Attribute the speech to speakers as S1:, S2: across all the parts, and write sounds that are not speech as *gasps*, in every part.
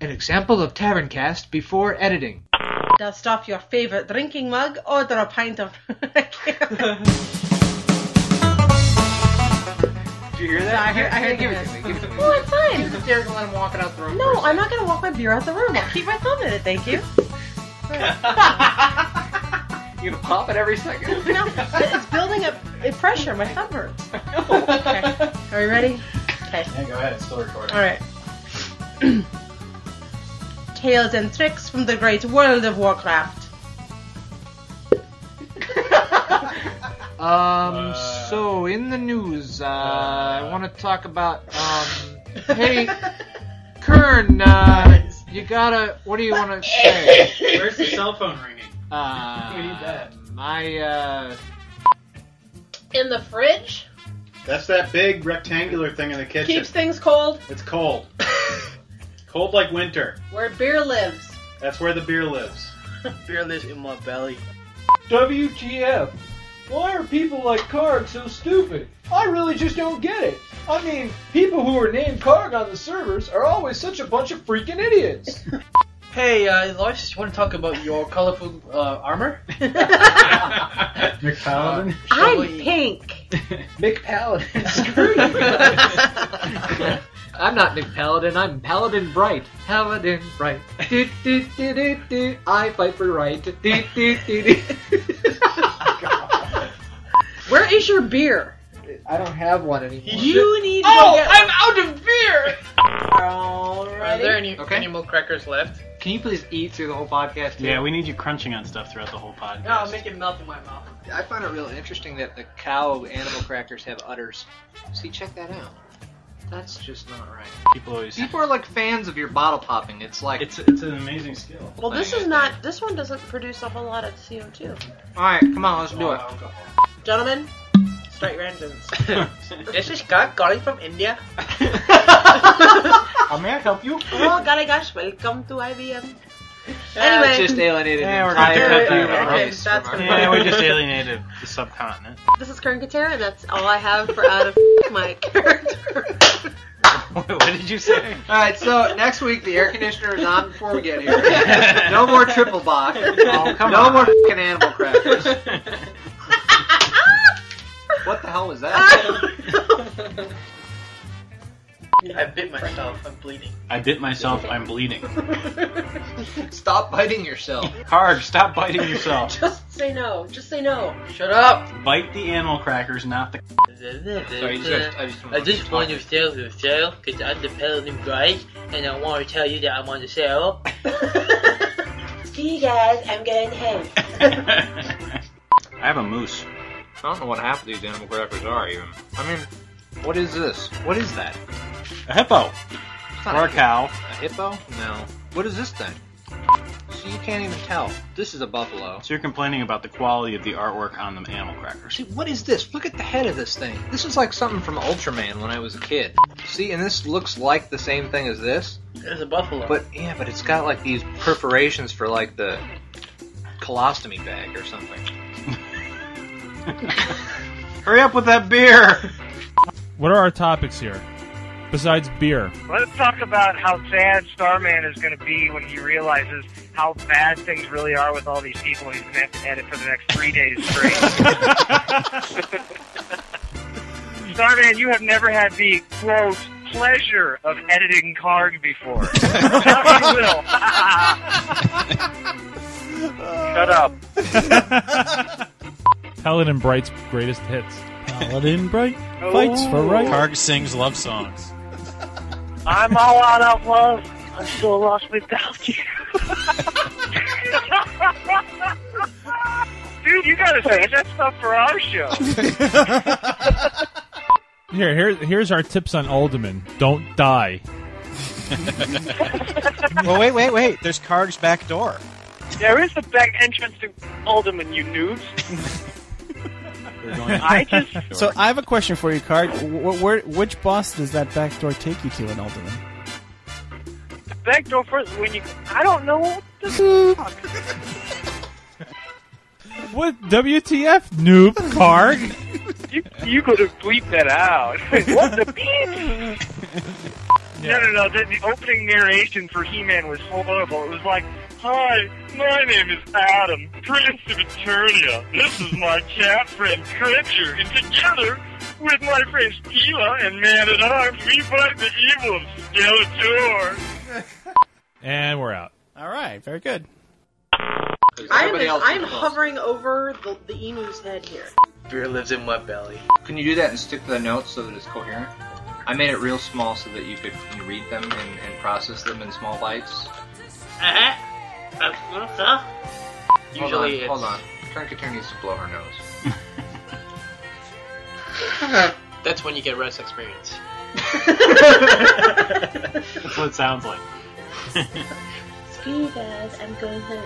S1: example of Taverncast before editing.
S2: Dust off your favorite drinking mug, order a pint of. *laughs*
S1: Did you hear that?
S2: No, I heard- I heard
S1: give it
S2: that.
S1: to me. *laughs* Give it to me.
S2: Well, it's fine.
S1: Give it to Derek and let him walk it out the room.
S2: no,
S1: first.
S2: I'm not gonna walk my beer out the room. I'll keep my thumb in it, thank you.
S1: you can pop it every second.
S2: *laughs* No, it's building up pressure. My thumb hurts.
S1: *laughs*
S2: Okay. Are we ready? Okay.
S3: Yeah, go ahead. It's still recording.
S2: All right. *clears throat* Tales and tricks from the great world of Warcraft.
S1: Um,
S3: Uh,
S1: so in the news, uh, I
S3: uh,
S1: want to talk about,
S3: *laughs*
S1: um, hey, Kern, uh,
S3: Nice.
S1: you gotta, what do you want to say?
S3: Where's the cell phone ringing?
S1: Uh,
S3: We need that.
S1: My, uh,
S2: In the fridge
S3: That's that big rectangular thing in the kitchen.
S2: keeps things cold.
S3: It's *laughs* cold. cold like winter.
S2: Where beer lives.
S3: That's where the beer lives. *laughs*
S4: Beer lives in my belly.
S5: WTF? Why are people like Karg so stupid? I really just don't get it. I mean, people who are named Karg on the servers are always such a bunch of freaking idiots.
S4: *laughs* Hey, uh, Lois, you want to talk about your colorful uh, armor? *laughs* Uh,
S3: McPaladin?
S2: I'm
S4: Shovel-y.
S2: pink.
S5: *laughs* Mick
S4: *laughs*
S5: Paladin, screw you.
S1: *laughs* I'm not Nick Paladin, I'm Paladin Bright. Paladin Bright. Do, do, do, do, do. I fight for right. Do, do, do, do. *laughs*
S2: Where is your beer?
S5: I don't have one anymore.
S2: You need to go
S4: oh,
S2: get
S4: I'm out of beer! Are there
S2: Alrighty.
S4: any,
S1: Okay.
S4: any more crackers left?
S1: Can you please eat through the whole podcast? too?
S3: Yeah, we need you crunching on stuff throughout the whole podcast.
S4: No, I'll make it melt in my mouth.
S1: I find it real interesting that the cow animal crackers have udders. See, check that out. That's just not right.
S3: People always.
S1: People are like fans of your bottle popping. It's like,
S3: It's it's an amazing skill.
S2: Well, this is not. This one doesn't produce a whole lot of CO2.
S1: all right, come on, let's do it.
S2: Gentlemen, straight randoms.
S4: *laughs* This is Scott calling from
S1: *laughs*
S4: India.
S3: How may I help you?
S2: oh, golly gosh, welcome to IBM.
S1: It's
S2: Anyway,
S1: just alienated
S3: Yeah, we're
S1: entire
S3: not doing that.
S1: people
S3: Okay,
S1: from this
S2: that's
S1: remark.
S2: gonna-
S3: yeah, we just alienated the subcontinent.
S2: this is Kern Katera, and that's all I have for out of *laughs* my character.
S3: what did you say?
S1: All right, so next week the air conditioner is on before we
S4: *laughs*
S1: get here. *laughs* No more triple box.
S3: Oh, come
S1: no
S3: on.
S1: more fucking animal crackers. What the hell was that?
S4: I bit myself. I'm bleeding.
S3: I bit myself. I'm bleeding.
S1: *laughs* Stop biting
S3: *laughs*
S1: yourself.
S3: Karg, stop biting *laughs* yourself.
S2: Just say no. Just say no.
S4: Shut up!
S3: Bite the animal crackers, not the.
S1: Sorry, you guys- I just,
S4: I just want to sell the sale because I'm the paladin bride and I want to tell you that I'm on the
S1: *laughs*
S4: sale.
S2: See you guys. I'm going home.
S3: I have a moose.
S1: I don't know what half of these animal crackers are even. I mean, what is this? What is that?
S3: A hippo.
S1: It's
S3: Or a cow.
S1: A hippo? No. What is this thing? See, you can't even tell. This is a buffalo.
S3: So you're complaining about the quality of the artwork on the animal crackers.
S1: See, what is this? Look at the head of this thing. This is like something from Ultraman when I was a kid. See, and this looks like the same thing as this,
S4: There's a buffalo.
S1: but yeah, but it's got like these perforations for like the colostomy bag or something.
S3: *laughs* Hurry up with that beer!
S6: What are our topics here? Besides beer.
S7: Let's talk about how sad Starman is going to be when he realizes how bad things really are with all these people, and he's going to have to edit for the next three days straight. Starman, you have never had the quote pleasure of editing Karg before. now you will.
S1: *laughs*
S7: Shut
S4: *laughs*
S7: up. *laughs*
S6: Paladin Bright's greatest hits.
S8: Paladin Bright fights for right.
S9: Karg sings love songs.
S7: I'm all out of love. I'm so lost without you. *laughs* Dude, you gotta say that stuff for our
S3: *laughs*
S7: show.
S6: Here, here, here's our tips on Alderman. Don't die.
S8: *laughs*
S9: well, wait, wait, wait. There's Karg's back door.
S7: There is a back entrance to Alderman, you noobs.
S8: *laughs*
S7: I just
S8: So I have a question for you, Karg. Wh- where, which boss does that back door take you to in Alderman?
S7: the back door first when you. I don't know what the fuck.
S6: What? WTF, noob, Karg?
S7: *laughs*
S4: *laughs*
S3: *laughs*
S7: You you could have bleeped that out. what the beep?
S10: Yeah.
S7: No, no, no. The, the opening narration for He-Man was horrible. It was like, "Hi, my name is Adam, Prince of Eternia. This is my cat friend Creature, and together with my friends Tila and Man at Arms, we fight the evil of Skeletor."
S10: And we're out.
S6: All right, very good.
S1: Does
S2: I'm,
S1: anybody else
S2: I'm
S1: have thoughts?
S2: hovering over the, the emu's head here.
S5: Beer lives in my belly.
S1: Can you do that and stick to the notes so that it's coherent? I made it real small so that you could you read them and, and process them in small bites.
S5: Uh-huh. Uh, what's up? Usually
S1: hold on,
S5: it's...
S1: hold on. Turnketer needs to blow her nose.
S3: *laughs*
S5: That's when you get rest
S4: *laughs*
S5: experience.
S3: That's what it sounds like.
S2: Screw you guys, I'm going home.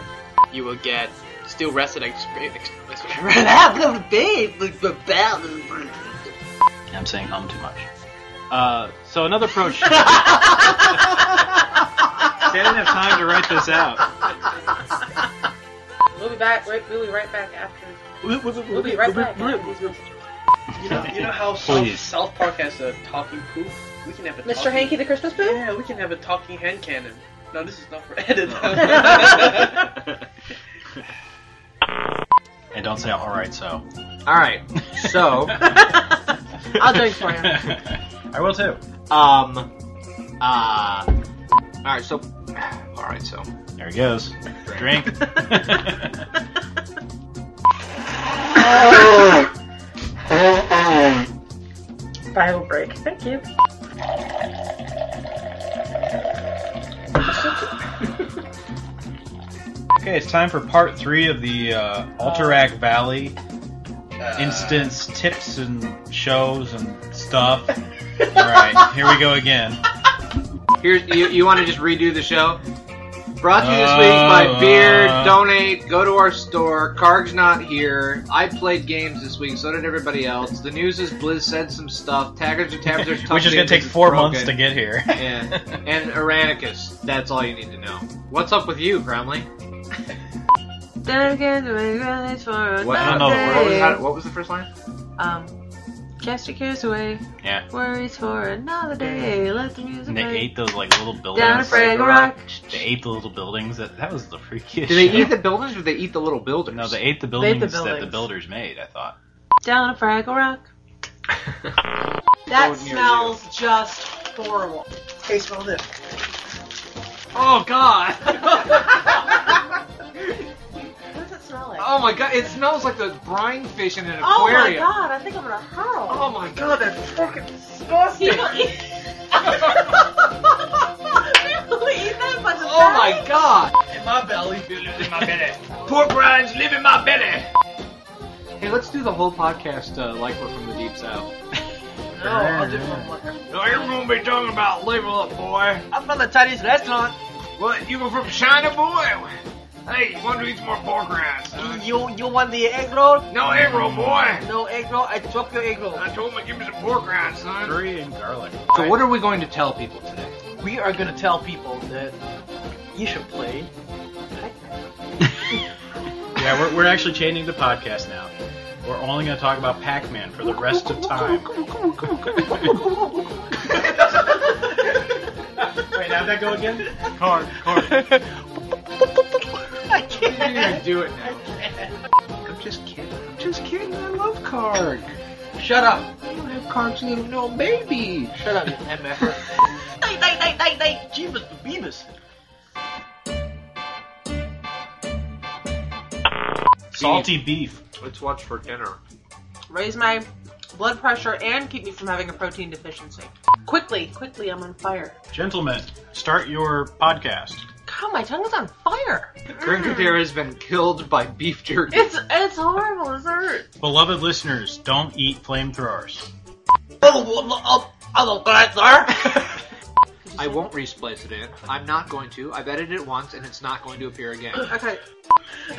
S5: You will get still rested experience.
S1: *laughs*
S5: Ex-
S3: I'm saying um too much. Uh, so
S1: *laughs*
S3: another approach. See, I didn't have time to write this
S2: *laughs*
S3: out.
S2: We'll be back. Right, we'll be right back after. We'll be right back. after these messages.
S4: You know, you know how South,
S3: Please.
S4: South Park has a talking poop? We can have a
S2: Mr.
S4: talking-
S2: Hanky the Christmas boo?
S4: Yeah, we can have a talking hand cannon. No, this is not for
S2: *laughs*
S4: edit. *laughs*
S3: And don't say all right. So.
S1: All right,
S3: *laughs*
S1: so
S2: I'll do it for you.
S3: I will too.
S1: um, uh, all right, so all right, so
S3: There he goes. Drink.
S2: *laughs* Bible break. Thank you.
S3: okay, it's time for part three of the uh, Alterac Valley uh, instance tips and shows and stuff. all *laughs* right, here we go again.
S1: here's you. You want to just redo the show? *laughs* Brought to you this week
S3: Oh,
S1: by
S3: uh.
S1: Beard. Donate. Go to our store. Karg's not here. I played games this week. So did everybody else. The news is Blizz said some stuff. Taggers and tabs
S3: *laughs*
S1: are
S3: Which is going to take four months to get here.
S1: And, and Aranicus. That's all you need to know. What's up with you, Cromley? What,
S3: I don't know the
S1: what
S3: words.
S1: was, how- what was the first line?
S2: Um, cast your cares away.
S3: Yeah.
S2: Worries for another day. Let the music
S3: And they
S2: play.
S3: ate those like little buildings.
S2: Down at Fraggle Rock.
S3: They ate the little buildings. That, that was the freakiest.
S1: Do they
S3: shit.
S1: eat the buildings or they eat the little builders?
S3: No, they ate the
S2: They ate
S3: buildings,
S2: the
S3: that the
S2: buildings.
S3: builders made. I thought.
S2: Down at Fraggle Rock. That
S1: So near you.
S2: smells just horrible.
S4: hey, smell this.
S1: Oh god!
S2: What does it smell like?
S1: *laughs* oh my god! It smells like the brine fish in an
S2: Oh my
S1: aquarium.
S2: god, I think I'm gonna hurl.
S1: Oh my god! That's fucking
S2: He
S1: *laughs* disgusting.
S2: will eat.
S4: *laughs*
S2: He will eat that much of
S1: Oh my
S2: that?
S1: god!
S4: In my belly.
S1: Poor brine's living my belly. Hey, let's do the whole podcast uh, like we're from the deep south.
S4: No, I'll do one more.
S1: No, you're gonna be talking about level up, boy.
S4: I'm from the Chinese restaurant.
S1: What? You were from China, boy? Hey, want to eat some more pork rinds? huh?
S4: You you want the egg roll?
S1: No egg roll, boy.
S4: No egg roll. I chop your egg roll.
S1: told him to give me some pork rinds, son.
S3: Curry and garlic.
S1: So what are we going to tell people today?
S4: We are gonna tell people that you should play.
S3: Yeah, we're, we're actually changing the podcast now. We're only going to talk about Pac-Man for the rest of time.
S4: *laughs*
S3: Wait, how'd that go
S1: *laughs*
S3: again? Card, card.
S1: You're gonna do it now.
S4: *laughs*
S1: I'm just kidding. I'm just kidding. I love Karg.
S4: Shut up.
S1: I don't have Karg's little no baby.
S4: Shut up, you *laughs* mf'er.
S2: Night, night, night, night, night.
S4: Jeebus Beavis.
S3: Salty beef.
S1: Let's watch for dinner.
S2: Raise my blood pressure and keep me from having a protein deficiency. Quickly, quickly, I'm on fire.
S3: Gentlemen, start your podcast.
S2: God, my tongue is on fire. Mm.
S1: Grinkadir has been killed by beef jerky.
S2: It's it's horrible. It hurts.
S3: Beloved listeners, don't eat flamethrowers.
S4: Oh, hello, guys, sir.
S1: I won't resplace it. I'm not going to. I've edited it once, and it's not going to appear again.
S2: Okay.
S3: *laughs*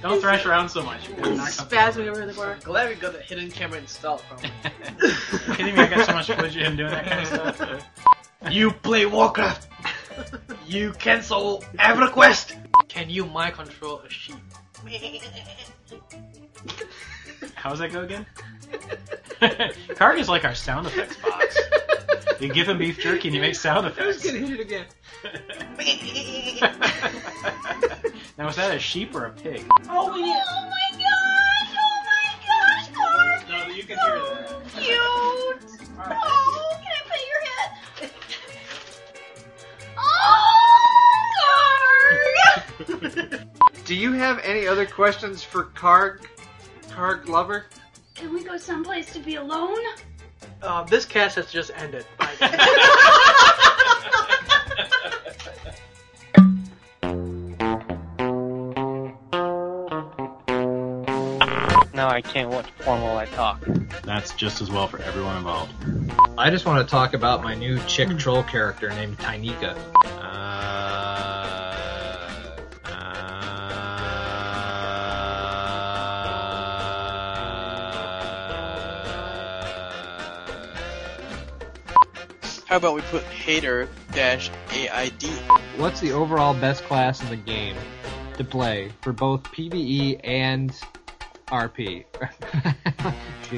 S3: Don't thrash around so much.
S2: Spasming over the bar.
S4: Glad we got the hidden camera installed. From.
S3: *laughs* kidding me? I got so much footage of him doing that kind of stuff.
S4: You play *laughs* Warcraft. you cancel EverQuest. *laughs* Can you mind control a sheep?
S3: How's that go again? Karg is like our sound effects box. You give him beef jerky and he makes sound
S1: I was
S3: effects.
S1: gonna hit it again.
S3: Now is that a sheep or a pig?
S1: Oh, yeah.
S11: oh
S3: No, you can hear that.
S12: Cute! Oh, can I pet your Oh, head?
S1: *coughs* Do you have any other questions for Karg? Karg lover?
S12: Can we go someplace to be alone?
S5: Uh, this cast has just ended.
S13: Now I can't watch porn while I talk.
S3: That's just as well for everyone involved.
S1: I just want to talk about my new chick troll character named Tynika.
S4: How about we put hater dash AID?
S1: What's the overall best class in the game to play for both PvE and *laughs* RP?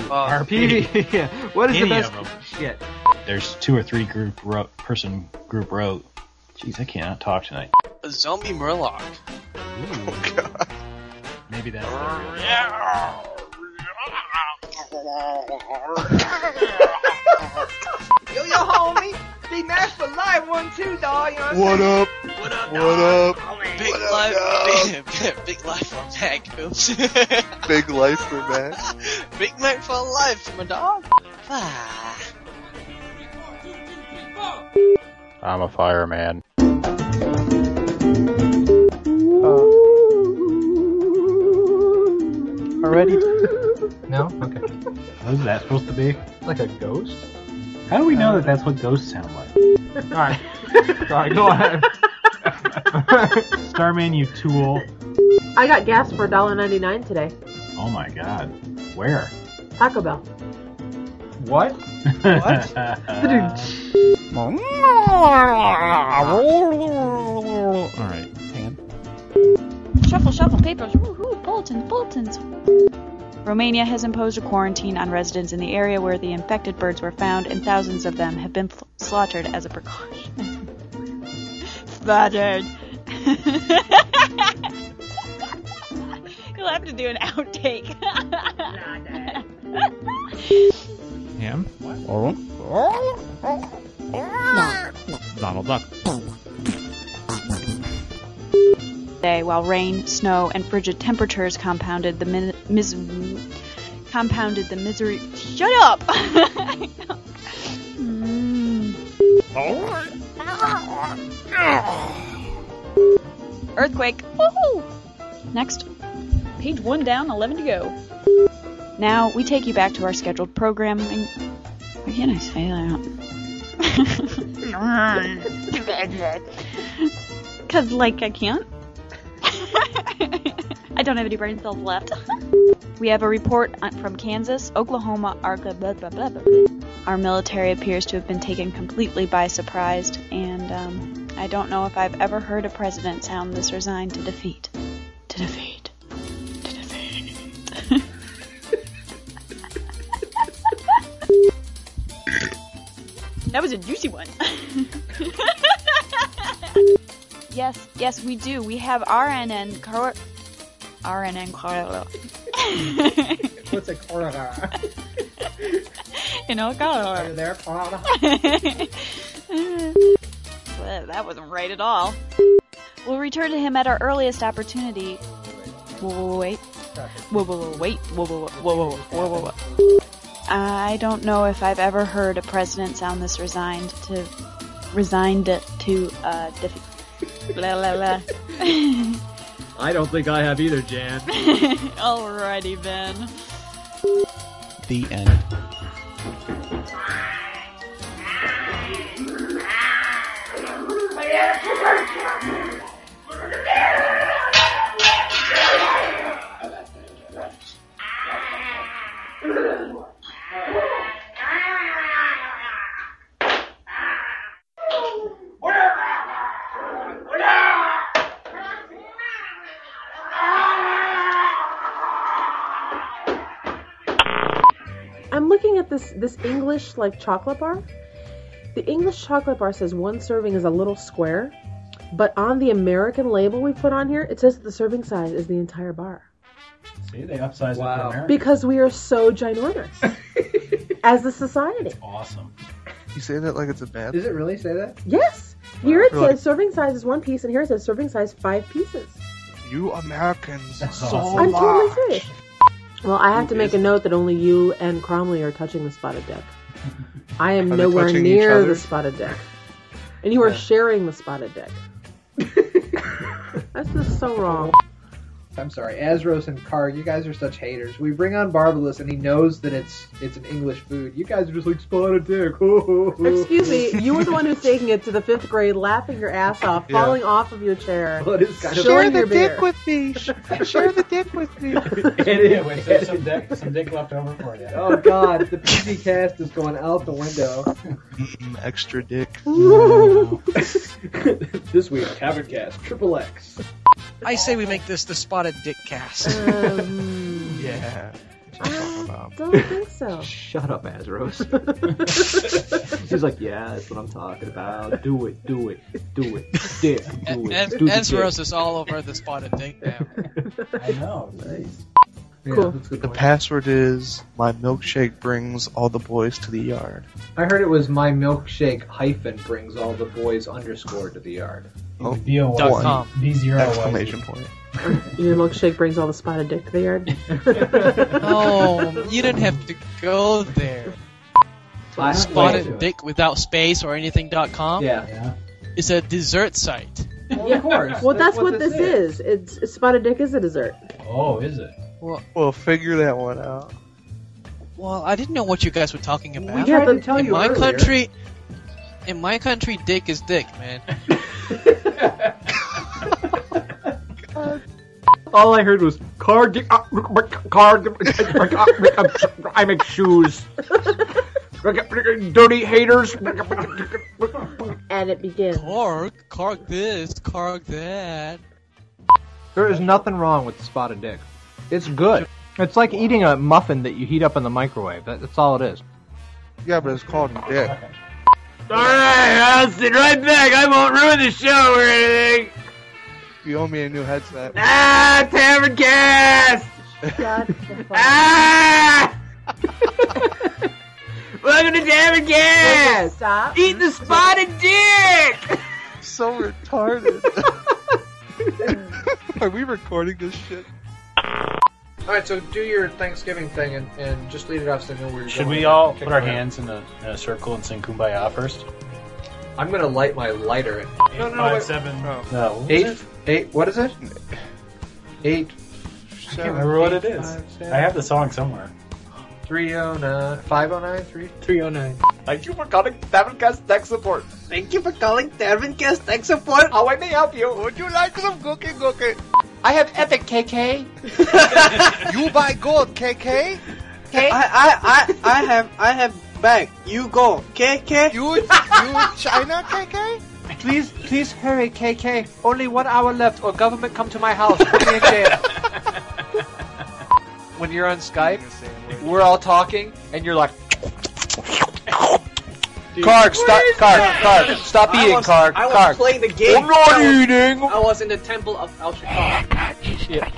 S1: RP. *laughs* yeah. What is the
S3: Uh, Any
S1: best?
S3: of 'em.
S1: Shit.
S3: There's two or three group ro- person group road. Jeez, I cannot talk tonight.
S4: A zombie murloc. Oh god.
S3: Maybe that's
S11: Yo, yo, homie. Big Mash for life, one, two, dog. You know
S4: What up?
S11: What up?
S4: What up? Big
S11: What
S4: life, *laughs* big, life for
S11: *laughs*
S4: Mac. Oops.
S14: Big life for Mac.
S4: big Mac for life, my dog.
S15: *laughs*
S14: I'm a fireman.
S8: Already?
S1: No. Okay.
S3: What is that supposed to be?
S1: Like a ghost?
S3: How do we know that that's what ghosts sound like? *laughs*
S1: Alright. Sorry, go on.
S3: Starman, you tool.
S16: I got gas for $1.99 today.
S3: Oh my god. Where?
S16: Taco Bell.
S3: What? What? *laughs*
S6: Alright.
S15: Shuffle, shuffle papers. Woohoo, bulletins, bulletins. Romania has imposed a quarantine on residents in the area where the infected birds were found, and thousands of them have been fl- slaughtered as a precaution. *laughs* slaughtered. *laughs* You'll have to do an outtake. *laughs*
S6: Ham. Donald Duck.
S15: Today, while rain, snow, and frigid temperatures compounded the min- mis- compounded the misery. Shut up! *laughs* Mm. Earthquake. Woohoo! Next. Page one down, 11 to go. Now we take you back to our scheduled programming. Why can't I say *laughs* that? Because, like, I can't. *laughs* I don't have any brain cells left. *laughs* we have a report on- from Kansas, Oklahoma, Arca, blah, blah, blah, blah. Our military appears to have been taken completely by surprise, and um, I don't know if I've ever heard a president sound this resigned to defeat. To defeat. That was a juicy one. *laughs* yes, yes, we do. We have RNN Cor- RNN *laughs* Corridor.
S11: What's a corridor?
S15: You know, Corridor.
S11: there,
S15: Well, that wasn't right at all. We'll return to him at our earliest opportunity. Whoa, whoa, whoa, wait. Whoa, whoa, whoa, *laughs* wait. Whoa, whoa, whoa, whoa, whoa, whoa, whoa, whoa. I don't know if I've ever heard a president sound this resigned to resigned to uh defeat. *laughs* blah blah blah. *laughs*
S1: I don't think I have either, Jan.
S15: Alrighty then.
S9: The end.
S2: I'm looking at this this English like chocolate bar. The English chocolate bar says one serving is a little square, but on the American label we put on here, it says that the serving size is the entire bar.
S3: See, they upsized it for America.
S2: Because we are so
S1: *laughs*
S2: ginormous as a society.
S3: Awesome.
S14: You say that like it's a bad.
S1: Does it really say that?
S2: Yes. Here it
S14: Really?
S2: says serving size is one piece, and here it says serving size five pieces.
S14: You Americans, so
S2: I'm totally
S14: large.
S2: serious. Well, I have to make a note that only you and Cromley are touching the spotted
S1: *laughs*
S2: dick. I am
S14: Are they
S2: nowhere
S14: touching each
S2: near
S14: other?
S2: the spotted dick. And you are sharing the spotted dick.
S1: *laughs*
S2: That's just so wrong.
S1: I'm sorry, Azros and Karg, you guys are such haters. We bring on Barbalus and he knows that it's it's an English food. You guys are just like spotted dick. *laughs*
S2: Excuse me, you were the one who's taking it to the fifth grade, laughing your ass off,
S1: Yeah.
S2: falling off of your
S1: *laughs*
S2: chair,
S1: Well, it is kind of-
S2: showing
S1: Share
S2: your
S1: the
S2: beer.
S1: dick
S2: with
S12: me.
S2: Share the dick with me.
S3: Anyway, so some dick, some dick left over for you.
S1: *laughs* Oh god, the PG cast is going out the window.
S14: Mm, extra dick.
S1: this week, Tavern Cast, Triple X.
S5: I say we make
S15: *laughs*
S4: *laughs*
S5: this the spotted dick cast.
S2: Um,
S14: yeah.
S4: Um,
S2: I *laughs* don't think so.
S1: Shut
S4: *laughs*
S1: up, Azros. She's like, yeah, that's what I'm talking about. Do it, do it, do it, dick, do it, do the dick."
S5: Ezros is all over the spotted
S1: *laughs*
S5: dick now.
S3: I know. Nice.
S2: Cool.
S14: The password is my milkshake brings all the boys to the yard.
S1: I heard it was my milkshake hyphen brings all the boys underscore to the yard.
S14: Oh,
S3: B-O-Y.
S14: one.
S3: com. B-zero-Y.
S14: Exclamation point.
S2: Your milkshake brings all the spotted dick to the yard.
S5: *laughs* Oh, you didn't have to go there.
S1: I don't like
S5: Spotted
S1: it.
S5: dick without space or anything.com?
S1: Yeah.
S5: It's a dessert site.
S1: Well, of course.
S2: Well, that's, what, this is. It's, it's spotted dick is a dessert.
S3: Oh, is it?
S5: Well,
S14: Well, figure that one out.
S5: well, I didn't know what you guys were talking about.
S1: We tried to tell
S5: in
S1: you
S5: my
S1: earlier.
S5: country, in my country, dick is dick,
S3: *laughs*
S5: man.
S4: All I heard was car dick.
S12: uh,
S4: ah, look, my Car. dick, ah, ah, ah, I make shoes. Dirty haters.
S2: And it begins.
S5: Carg, carg this, carg that.
S4: There is nothing wrong with the spotted dick. It's good. It's like eating a muffin that you heat up in the microwave. That, that's all it is.
S14: Yeah, but it's called dick.
S12: Alright, I'll sit right back. I won't ruin the show or anything.
S14: You owe me a new headset.
S12: Ah, Tavern Cast! *laughs*
S2: Shut the fuck
S12: Ah! Welcome to Tavern Cast!
S2: Stop.
S12: Eat the spotted dick!
S14: so retarded. *laughs* Are we recording this shit?
S1: All right, so do your Thanksgiving thing and, and just lead it off so I know where you're
S3: Should
S1: going.
S3: we all
S1: Kick
S3: put our
S1: it around.
S3: hands in a, in a circle and sing Kumbaya first?
S1: I'm gonna light my lighter. At
S3: Eight,
S1: no, no,
S3: five,
S1: wait.
S3: seven.
S14: No.
S3: No, what was
S1: Eight,
S3: it?
S1: eight. What is it? Eight.
S3: I can't remember what it is. I have the song somewhere.
S1: Three oh nine, five oh nine, three.
S5: Three oh nine.
S4: Thank you for calling Taverncast Tech Support.
S17: Thank you for calling Taverncast Tech Support.
S4: How I may help you?
S17: Would you like some cookie cookie?
S4: I have Epic
S17: *laughs*
S4: KK.
S17: You buy gold, KK.
S4: Okay.
S17: I, I, I, I have, I have bag. You go, KK. You, you China, KK.
S4: Please, please hurry, KK. Only one hour left, or government come to my house. Put me in jail. when you're on Skype, we're all talking, and you're like, Karg, stop, Karg, Karg, stop
S17: I
S4: eating,
S17: was-
S4: Karg,
S17: I was
S4: Karg.
S17: playing the game.
S4: I'm not
S17: I was-
S4: eating.
S17: I was in the temple of El Shaddai.
S4: Yeah.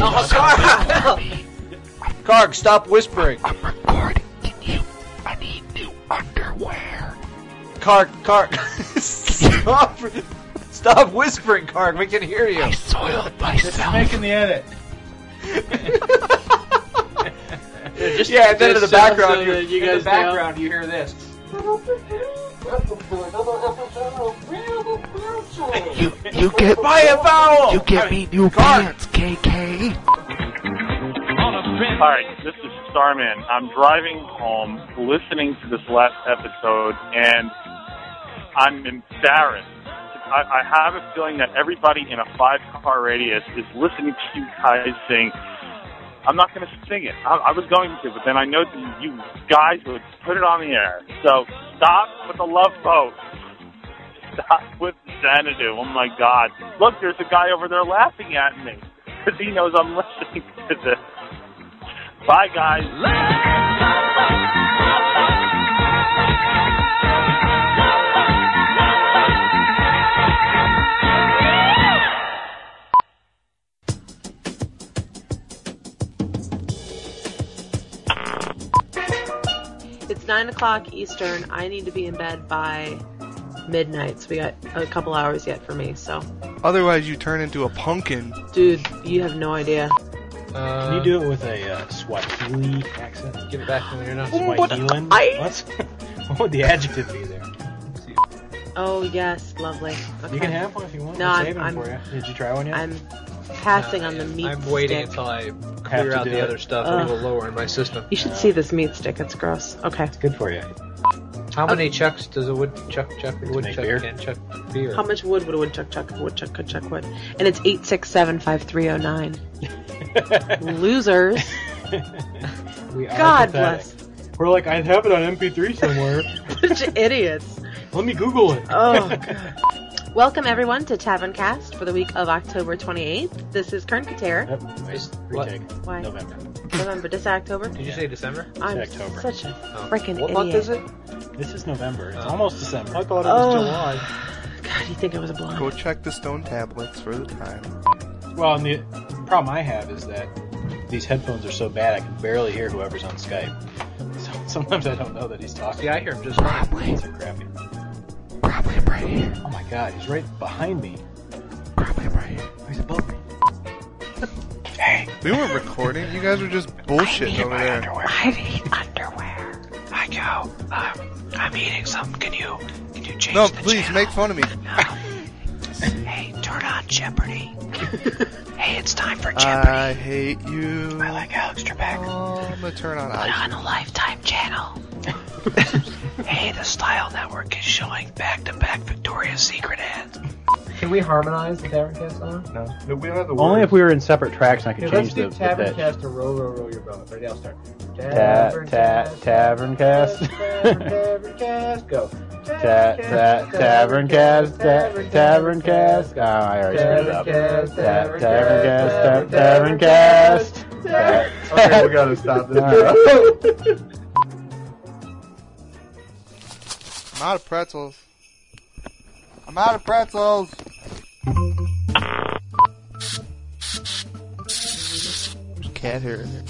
S17: Oh, sorry.
S4: Karg, stop whispering. I'm recording you. I need new underwear. Karg, Karg, stop, stop whispering, Karg. We can hear you. I soiled
S3: It's making the edit.
S18: Just-
S4: yeah, and then in
S18: just so-
S4: the background,
S18: so
S4: you,
S18: that you
S4: in
S18: guys
S4: the background you hear this.
S12: You, you get
S4: Buy a vowel.
S12: You get me new pants, KK.
S7: Hi, this is Starman. I'm driving home, listening to this last episode, and I'm embarrassed. I, I have a feeling that everybody in a five-car radius is listening to you guys sing. I'm not going to sing it. I, I was going to, but then I know that you guys would put it on the air. So stop with the love boat. Stop with Xanadu. Oh my God! Look, there's a guy over there laughing at me *laughs* because he knows I'm listening to this. Bye, guys.
S2: It's nine o'clock Eastern. I need to be in bed by midnight, so we got a couple hours yet for me. So,
S14: Otherwise, you turn into a pumpkin.
S2: dude, you have no idea.
S3: Can you do it with a uh, Swahili accent? Give it back to me. You're not
S2: Oh, but
S3: Swahilan.
S2: I-
S3: What? *laughs* what would the adjective be there?
S2: Oh yes, lovely.
S3: You
S2: Okay.
S3: can have one if you want.
S2: No,
S3: I'm
S2: I'm,
S3: saving
S2: I'm
S3: for you. Did you try one yet?
S2: I'm passing on the meat.
S1: I'm waiting
S2: stick.
S1: until I
S3: Have
S1: clear
S3: to
S1: out
S3: do
S1: the
S3: it.
S1: other stuff
S2: Ugh.
S1: a little lower in my system.
S2: You should see this meat stick. It's gross. Okay. It's
S3: good for you.
S1: How many chucks does a woodchuck chuck? Woodchuck can't chuck beer.
S2: How much wood would a woodchuck chuck? Woodchuck could chuck wood, and it's eight six seven five three zero
S1: *laughs*
S2: nine. Losers.
S3: We are
S2: God
S3: pathetic. We're like, I have it on MP3 somewhere.
S2: *laughs* Bunch of idiots.
S3: Let me Google it.
S2: Oh,
S3: *laughs*
S2: God. Welcome everyone to Tavern Cast for the week of October 28th. This is Kern Kater.
S1: Oh,
S3: Yep, nice. Retake.
S2: Why?
S3: November.
S2: November, this October.
S1: Did you say December?
S2: I'm
S3: It's October.
S2: such a
S1: Oh.
S2: frickin'
S1: What month
S2: idiot.
S1: is it?
S3: This is November.
S19: Oh.
S3: It's almost December. I
S14: thought
S2: it was Oh. God, you think I was a blonde?
S14: Go check the stone tablets for the time.
S3: Well, and the problem I have is that these headphones are so bad I can barely hear whoever's on Skype. *laughs* So sometimes I don't know that he's talking.
S1: Yeah, I hear him just fine.
S3: These are crappy. Oh my god, he's right behind me. He's above me.
S14: We weren't recording. You guys were just bullshitting over there.
S19: I need underwear. I go. Um, I'm eating some. Can you? Can you change
S14: No,
S19: the
S14: please make fun of me.
S19: channel? Hey, turn on Jeopardy. hey, it's time
S14: Uh,
S19: for Jeopardy.
S14: I hate you. I
S19: like Alex Trebek.
S14: I'm gonna turn on
S19: Put on
S14: iTunes.
S19: a Lifetime channel. hey, the Style Network is showing back-to-back Victoria's Secret ads.
S1: Can we harmonize the Tavern Cast song?
S14: No. No, we don't have the
S3: Only if we were in separate tracks and I could
S1: let's
S3: change the,
S1: do
S3: the
S1: Tavern
S3: pitch.
S1: Cast to roll, roll, roll your boat. Ready? I'll start.
S3: Ta- ta- tavern cast. *laughs*
S1: Tavern, tavern cast, go.
S3: Ta- ta- tavern cast, ta- tavern cast. Oh, I already screwed it up. Ta- Tavern cast, ta- tavern *laughs* cast.
S14: Okay, we gotta stop this. I'm out of pretzels. I'm out of pretzels. There's a cat hair in there.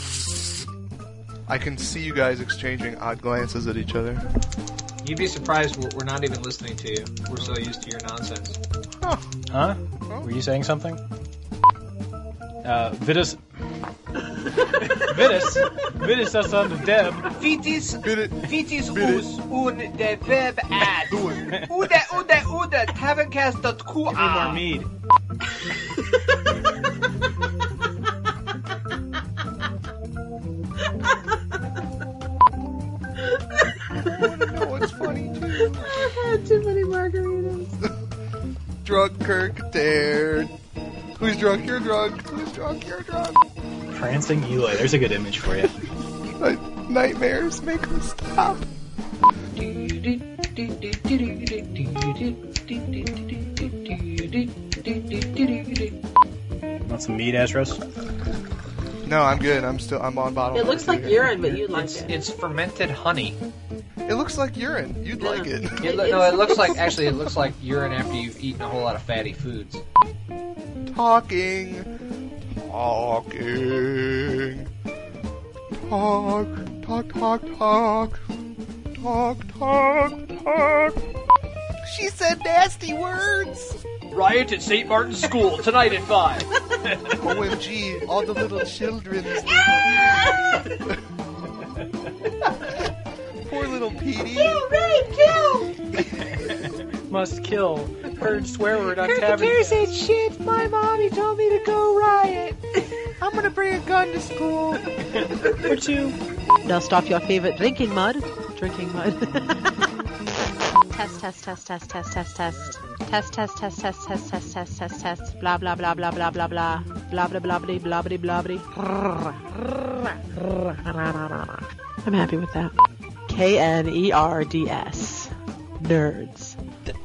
S14: I can see you guys exchanging odd glances at each *laughs* other.
S1: You'd be surprised what we're not even listening to you. We're so used to your nonsense.
S3: Huh? Were you saying something? Uh,
S1: *laughs*
S3: Vitus. Vitus. Vitus us on the deb.
S4: Vitis, Vitis us un de web ad. Uda, uda, uda, taverncast.com.
S3: mead.
S19: *laughs*
S14: What's funny too?
S20: *laughs* I've had too many margaritas.
S14: *laughs* Drunk Kirk there. Who's drunk? You're drunk. Who's drunk? You're drunk.
S3: Prancing Eloy. There's a good image for you.
S14: My nightmares make them stop.
S3: Want some mead, Ashros?
S14: No, I'm good. I'm still. I'm on bottle.
S2: It looks like urine, but you like
S1: It's,
S2: it.
S1: it's fermented honey.
S14: It looks like urine. You'd like
S2: *laughs*
S14: it.
S1: It lo- no, it looks like actually it looks like urine after you've eaten a whole lot of fatty foods.
S14: Talking. Talking. Talk. Talk. Talk. Talk. Talk. Talk. Talk. She said nasty words.
S21: Riot at St. Martin's School tonight at 5.
S14: OMG! All the little
S21: *laughs*
S14: children. Poor little Petey.
S4: Kill, Ray, kill! Must kill. Heard swear word on tavern. Kirk said, shit, my mommy told me to go riot. I'm gonna bring a gun
S21: *laughs*
S4: to school. For two.
S2: Dust off your favorite drinking mud. Drinking mud. test, test, test, test, test, test, test. Test, test, test, test, test, test, test, test, test. Blah, blah, blah, blah, blah, blah, blah. Blah, blah, blah, blah, blah, blah, blah, blah. I'm happy with that. K N E R D S. Nerds.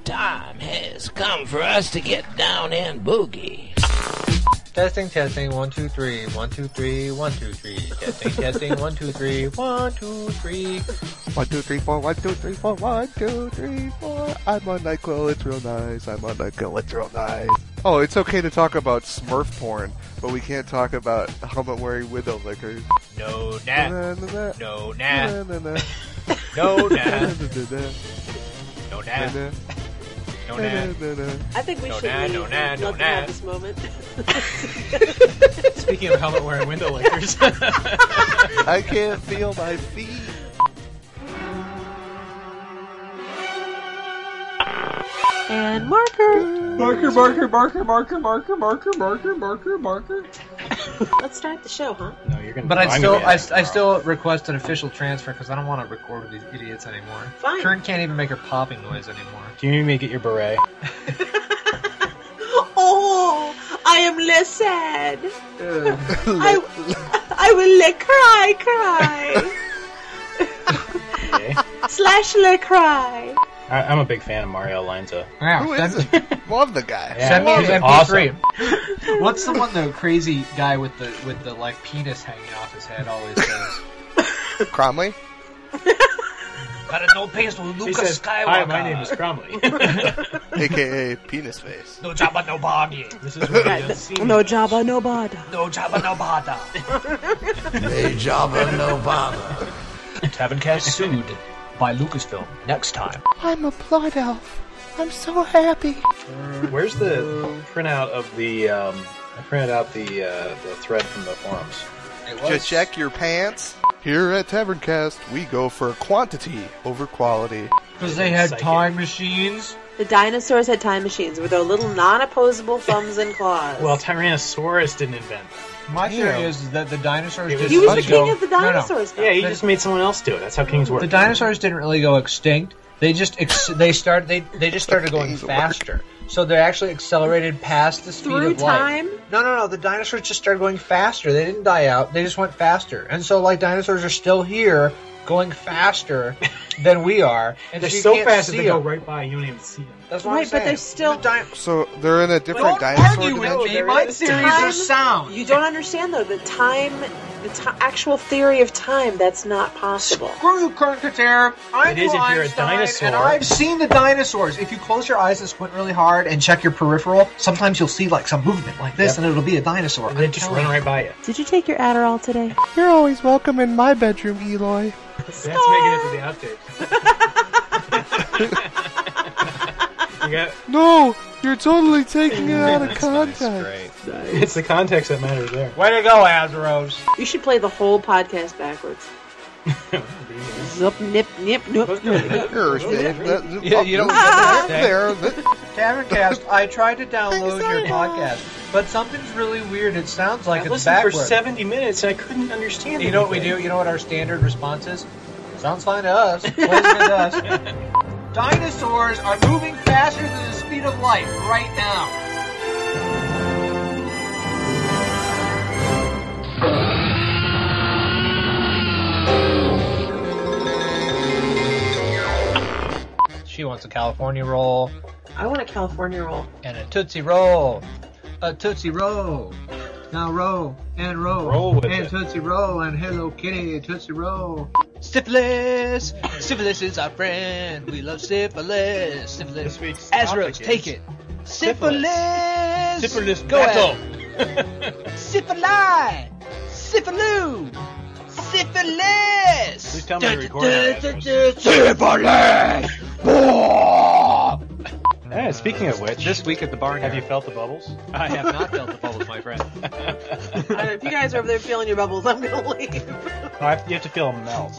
S4: Time has come for us to get down and boogie.
S1: Testing, testing, one, two, three, one, two, three, one, two, three. Testing, testing, one, two, three, one, two, three.
S14: One, two, three, four, one, two, three, four, one, two, three, four. I'm on NyQuil, it's real nice. I'm on NyQuil, it's real nice. Oh, it's okay to talk about Smurf porn, but we can't talk about helmet wearing widow liquor.
S3: No,
S14: Na, na, na.
S3: No, *laughs*
S14: Na, na, na. No, No,
S1: *laughs*
S5: nah.
S14: No,
S5: nah.
S1: *laughs*
S2: I think we
S5: No,
S2: should
S5: nah,
S2: leave.
S5: no,
S2: We'd
S5: nah, no,
S2: love to have
S5: nah.
S2: this moment.
S3: Speaking of helmet wearing window
S4: *laughs*
S3: lickers.
S14: I can't feel my feet.
S22: And marker.
S23: Marker, marker, marker, marker, marker, marker, marker, marker, marker.
S2: *laughs* Let's start the show, huh?
S3: No, you're gonna.
S1: But I
S3: I'm
S1: still,
S3: gonna
S1: I,
S3: be-
S1: I still request an official transfer because I don't want to record with these idiots anymore.
S2: Fine.
S1: Kern can't even make her popping noise anymore.
S3: Do you need me to get your beret?
S2: *gasps* Oh, I am less sad. I, I will le cry, cry.
S3: *laughs* Okay.
S2: Slash le cry.
S3: I, I'm a big fan of Mario Lanza.
S1: Yeah,
S14: Who
S1: that's-
S14: is it? *laughs* Love the guy.
S3: Yeah,
S1: Send me
S3: he's
S1: an
S3: awesome. *laughs*
S1: MP3. What's the one the crazy guy with the with the like penis hanging off his head
S2: *laughs*
S1: always says?
S14: Cromley?
S1: Got an old pistol,
S3: He
S1: Lucas
S3: says,
S1: Skywalker.
S3: Hi, my name is Cromley.
S14: *laughs*
S2: *laughs*
S14: AKA Penis Face.
S1: No Jabba no Body.
S3: This is where you see me.
S2: No Jabba, no Bada.
S1: No Jabba no Bada.
S4: Hey, Jabba, no bother.
S1: Tavern Cash sued by Lucasfilm. Next time.
S4: *laughs* I'm a blood elf. I'm so happy.
S3: Where's the printout of the? Um, I printed out the uh, the thread from the forums.
S14: Just check your pants. Here at Taverncast, we go for quantity over quality.
S1: Because they had time machines.
S2: The dinosaurs had time machines with their little non-opposable thumbs and claws.
S3: Well, Tyrannosaurus didn't invent that.
S1: My theory is is that the dinosaurs.
S3: was
S1: didn't
S2: he was the
S1: go-
S2: king of the
S1: No, no.
S2: dinosaurs.
S3: Yeah, he
S1: The-
S3: just made someone else do it. That's how kings work.
S1: The dinosaurs didn't really go extinct. They just ex- they start they they just started going faster. So they actually accelerated past the speed
S2: Through
S1: of light.
S2: time?
S1: No, no, no. The dinosaurs just started going faster. They didn't die out. They just went faster. And so like dinosaurs are still here, going
S3: *laughs*
S1: faster than we are. And
S3: They're
S1: so, you
S3: so
S1: can't
S3: fast that
S1: see
S3: they go
S1: them.
S3: right by. You don't even see them.
S1: That's what I'm
S2: Right, but
S1: saying.
S2: they're still oh,
S14: So they're in a different
S2: Don't
S14: dinosaur
S1: argue with
S14: dimension.
S1: me. My theories are sound.
S2: You don't understand though the time, the ti actual theory of time. That's not possible.
S1: Screw you, Kern Kater. I'm
S2: It is if you're a
S1: Einstein,
S2: dinosaur.
S1: and I've seen the dinosaurs. If you close your eyes and squint really hard and check your peripheral, sometimes you'll see like some movement like this,
S3: Yep.
S1: and it'll be a dinosaur.
S3: They just run right by you.
S2: Did you take your Adderall today?
S14: You're always welcome in my bedroom, Eloy.
S3: That's making it to the
S1: *laughs*
S3: update. you got,
S2: *laughs*
S14: No, you're totally taking it out of
S3: That's
S14: context.
S3: it's the context that matters there.
S1: Way to go, Azros.
S2: You should play the whole podcast
S1: *laughs*
S2: backwards. Zup, nip, nip, noop.
S14: Yours, man. That-
S1: Yeah, you don't-
S14: Ah! there. that-
S1: Taverncast, I tried to download your podcast, but something's really weird. It sounds like
S3: I
S1: it's
S3: listened for
S1: backwards.
S3: 70 minutes and I couldn't understand
S1: you know what we
S3: anything.
S1: do? You know what our standard response is? Sounds fine to us. Plays with
S3: *laughs*
S1: us. *laughs* Dinosaurs are moving faster than the speed of light right now. She wants a California roll
S2: I want a California roll.
S1: and a Tootsie Roll. A Tootsie Roll. Now roll and roll.
S3: Roll with
S1: and
S3: it.
S1: Tootsie Roll and Hello Kitty Tootsie Roll. Syphilis. Syphilis is our friend. We love syphilis. Syphilis.
S3: This week's
S1: Azros,
S3: topic is
S1: take it. Syphilis.
S3: Syphilis
S1: Go
S3: battle.
S1: at it. Syphili. Syphiloo. Syphilis.
S3: Please tell me you record
S1: Syphilis.
S3: Yeah, speaking of which,
S1: this week at the barn,
S3: have you felt the bubbles?
S1: I have not felt the bubbles, my friend.
S2: I don't know, if you guys are over there feeling your bubbles, I'm gonna leave.
S3: No, *laughs* I have- you have to feel them melt.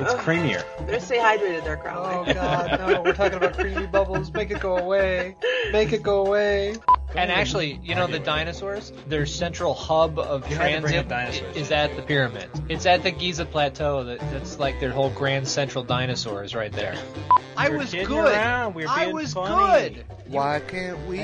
S3: It's creamier.
S2: Better stay hydrated there, Crowley.
S1: Oh god, no, we're talking about creamy bubbles. Make it go away. Make it go away. And actually, you know, the dinosaurs, their central hub of
S3: You had to bring
S1: transit
S3: up dinosaurs.
S1: is at the pyramid. It's at the Giza Plateau. That, that's like their whole grand central dinosaur is right there. I
S3: We're
S1: was
S3: kidding
S1: good.
S3: around. We're
S1: I
S3: being
S1: was
S3: funny.
S1: good.
S14: Why can't we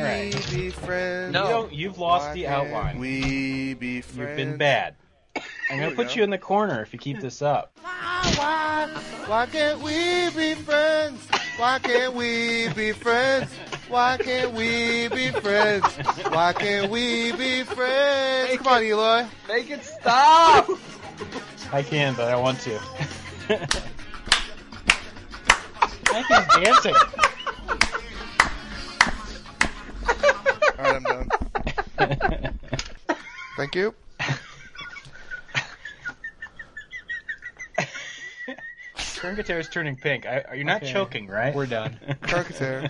S14: be friends?
S3: You don't, you've lost
S14: Why
S3: the
S14: can't
S3: outline.
S14: We be friends.
S3: You've
S1: *laughs*
S3: been bad. I'm
S14: There
S3: gonna
S14: we
S3: put
S14: go.
S3: you in the corner if you keep this up.
S14: Why, why can't we be friends? Why can't we be friends? Why can't we be friends? Why can't we be friends? Come on, Eloy.
S1: Make it stop!
S3: I can, but I
S1: *laughs*
S3: want to. I can dancing.
S14: *laughs* All right, I'm done.
S5: *laughs*
S14: Thank
S3: *laughs*
S14: you.
S3: Kirkaterra's turning pink. I, you're not
S14: Okay.
S3: choking, right? We're
S24: done.
S3: *laughs* Kirkater.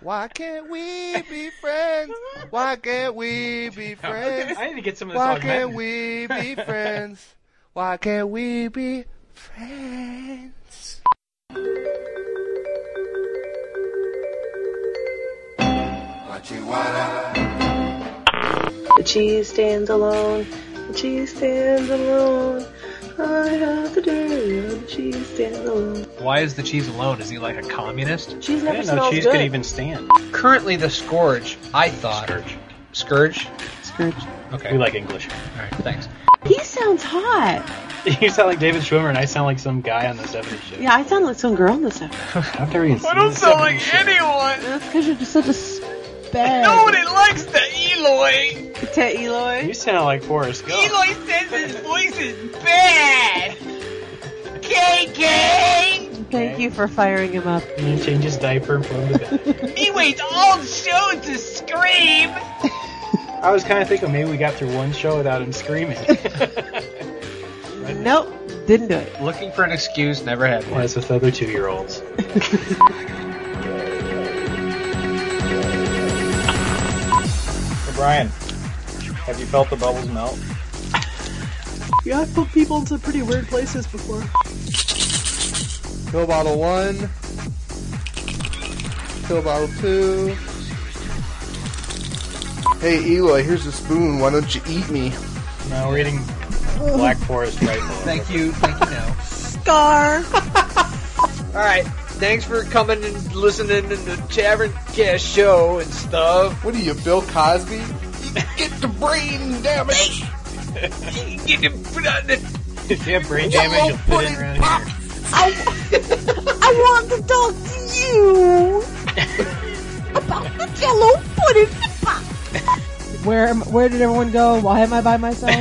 S14: Why can't we be friends? Why can't we
S5: *laughs*
S14: be friends?
S3: I need to get some of this
S14: Why
S3: augmented.
S14: can't we be friends? Why can't we be friends?
S4: The cheese stands alone. The cheese stands alone. I have the day of the cheese stands alone.
S3: Why is the cheese alone? Is he like a communist?
S4: Cheese never
S3: I didn't know
S4: smells
S3: cheese
S4: good.
S3: could even stand.
S1: Currently, the scourge. I thought scourge. Scourge. Scourge.
S3: Okay. We like English. All
S1: right, thanks.
S4: He sounds hot.
S3: *laughs* You sound like David Schwimmer, and I sound like some guy on the '70s show.
S4: Yeah, I sound like some girl in this episode.
S3: *laughs* I've never even seen
S4: don't
S3: this
S4: sound
S3: 70s
S4: like
S3: show.
S4: anyone. That's because you're just such a spag.
S5: Nobody likes the Eloy.
S4: To Eloy.
S3: You sound like Forrest Gump.
S5: Eloy says his voice is bad. Gay, gay.
S25: Thank you for firing him up.
S3: He changes diaper and put him to bed.
S5: He waits all show to scream.
S3: I was kind of thinking maybe we got through one show without him screaming.
S25: Nope, didn't do it.
S1: Looking for an excuse, never had one.
S3: That's with other *laughs* two-year-olds. So Brian, have you felt the bubbles melt?
S2: Yeah, I've put people into pretty weird places before.
S14: Pill bottle one. Pill bottle two. Hey Eloy, here's a spoon. Why don't you eat me?
S3: No, we're eating
S14: Oh, *laughs*
S3: Black Forest right now.
S1: Thank you. Thank you. No.
S4: Scar.
S1: *laughs* All right. Thanks for coming and listening to the Tavern Cast show and stuff. What are you, Bill *laughs* Cosby?
S4: Get the brain damage.
S5: Get him put on the.
S3: If you have brain damage, you'll fit in around here.
S4: I, I want to talk to
S3: *laughs*
S4: you about the jello pudding pop.
S2: Where am- where did everyone go? Why am I by myself?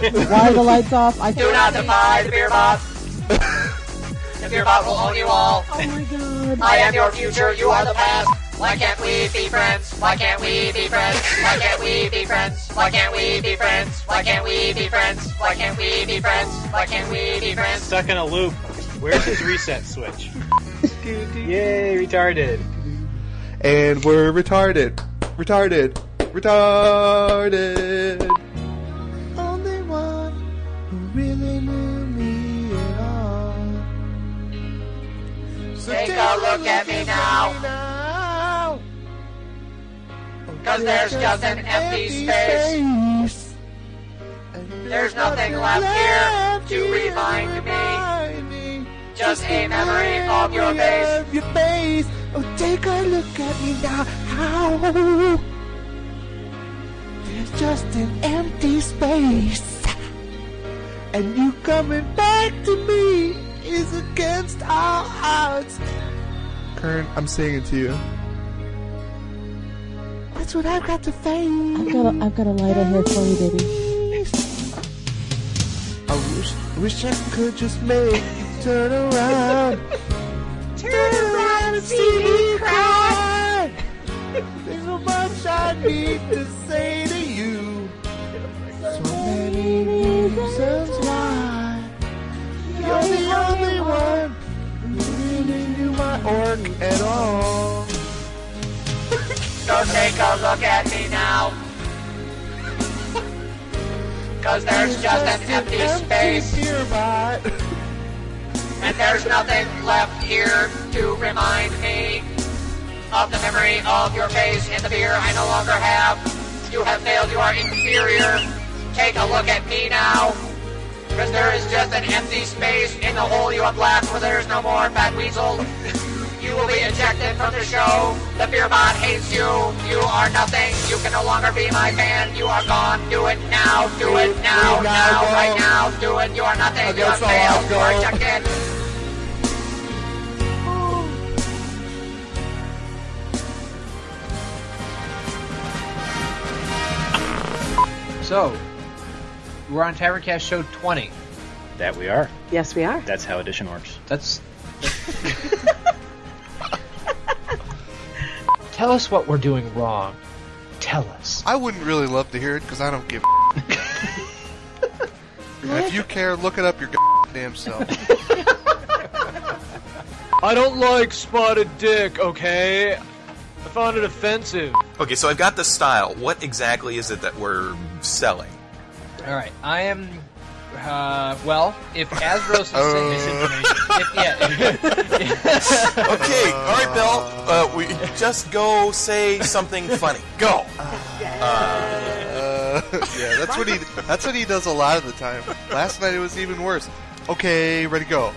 S3: *laughs*
S2: Why are the lights off? I
S4: Do not defy the beer box. *laughs* the beer box will own you all.
S2: Oh my god.
S4: I am your future, you are the past. Why can't we be friends? Why can't we be friends? Why can't we be friends? Why can't we be friends? Why can't we be friends? Why can't we be friends? Why can't we be friends?
S3: Stuck in a loop. Where's his reset switch? Yay, retarded.
S14: And we're retarded. Retarded. Retarded. Only one who really knew me at all. So
S4: Take a look at me now. Cause there's just an empty space.
S14: space.
S4: There's nothing left here to remind me. Just a memory of your face.
S14: Of your face. Oh, take a look at me now. How? There's just an empty space. And you coming back to me is against all odds. Kern, I'm singing to you. That's what I've got to face.
S26: I've got a, I've got a lighter here for you, baby.
S14: I wish, wish I could just make you turn around. *laughs* turn around and see me cry. *laughs* There's so much I need to say to you. So many reasons why. You're the only one who really knew my orc at all.
S4: So take a look at me now. Cause there's just an empty space. And there's nothing left here to remind me of the memory of your face and the beer I no longer have. You have failed, you are inferior. Take a look at me now. Cause there is just an empty space in the hole you have left where there is no more fat weasel. You will be ejected from the show. The beer bot hates you. You are nothing. You can no longer be my fan. You are gone. Do it now. Do it now.
S14: Now,
S4: Now.
S14: go.
S4: Right now. Do it. You are nothing. You
S14: Against
S4: have
S14: all odds,
S4: failed. You are
S14: go.
S4: ejected.
S1: So, we're on Tavercast show 20.
S3: That we are.
S26: Yes, we are.
S3: That's how addition works.
S1: That's. Tell us what we're doing wrong. Tell us.
S14: I wouldn't really love to hear it because I don't give.
S1: *laughs*
S14: *laughs* if you care, look it up your damn self.
S5: I don't like spotted dick, okay? I found it offensive.
S27: Okay, so I've got the style. What exactly is it that we're selling?
S28: All right, I am. Uh, well, if Asros is *laughs* saying this
S27: *laughs*
S28: information, if, yeah.
S27: okay, all right, Bill. Uh, we just go say something
S2: *laughs*
S27: funny. Go.
S29: Uh, *laughs* yeah, that's what he that's what he does a lot of the time. Last night it was even worse. Okay, ready to go.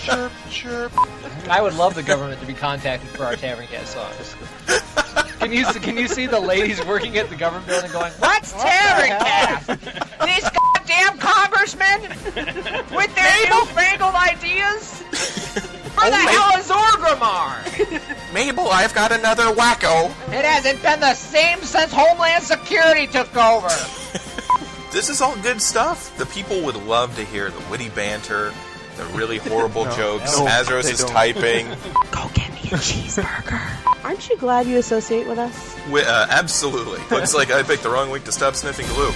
S28: chirp, chirp. I would love the government to be contacted for our Tavern Cat songs. *laughs* Can you can you see the ladies working at the government building going,
S4: What's Tavern Cat? These goddamn congressmen with their newfangled ideas? Where the
S27: Only-
S4: hell is Orgrimmar?
S27: Mabel, I've got another wacko.
S4: It hasn't been the same since Homeland Security took over.
S27: This is all good stuff. The people would love to hear the witty banter, the really
S2: *laughs*
S27: horrible
S2: No,
S27: jokes.
S2: no,
S27: Azros
S2: they
S27: is
S2: don't.
S27: typing.
S2: Aren't you glad you associate with us?
S27: Wi- uh, absolutely. Looks like I picked the wrong week to stop sniffing glue.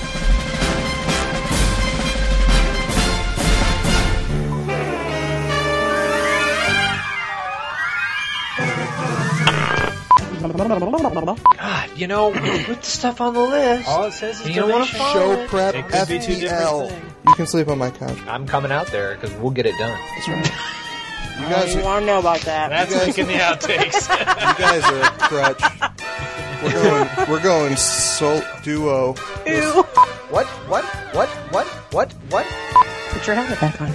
S1: God, you know, put stuff on the list.
S28: All it says is
S1: you don't want to
S28: donation.
S1: follow
S28: Show
S1: it.
S28: prep It could be two FPL. different
S1: You can sleep on my couch. I'm coming out there because we'll get it done. That's right.
S28: You
S1: guys
S28: don't
S1: are-
S28: want to know about that.
S1: That's guys- making the
S4: *laughs*
S1: outtakes.
S14: You guys are a crutch. We're going, we're going soul duo.
S1: Ew. What? What? What? What? What? What?
S28: Put your helmet back on.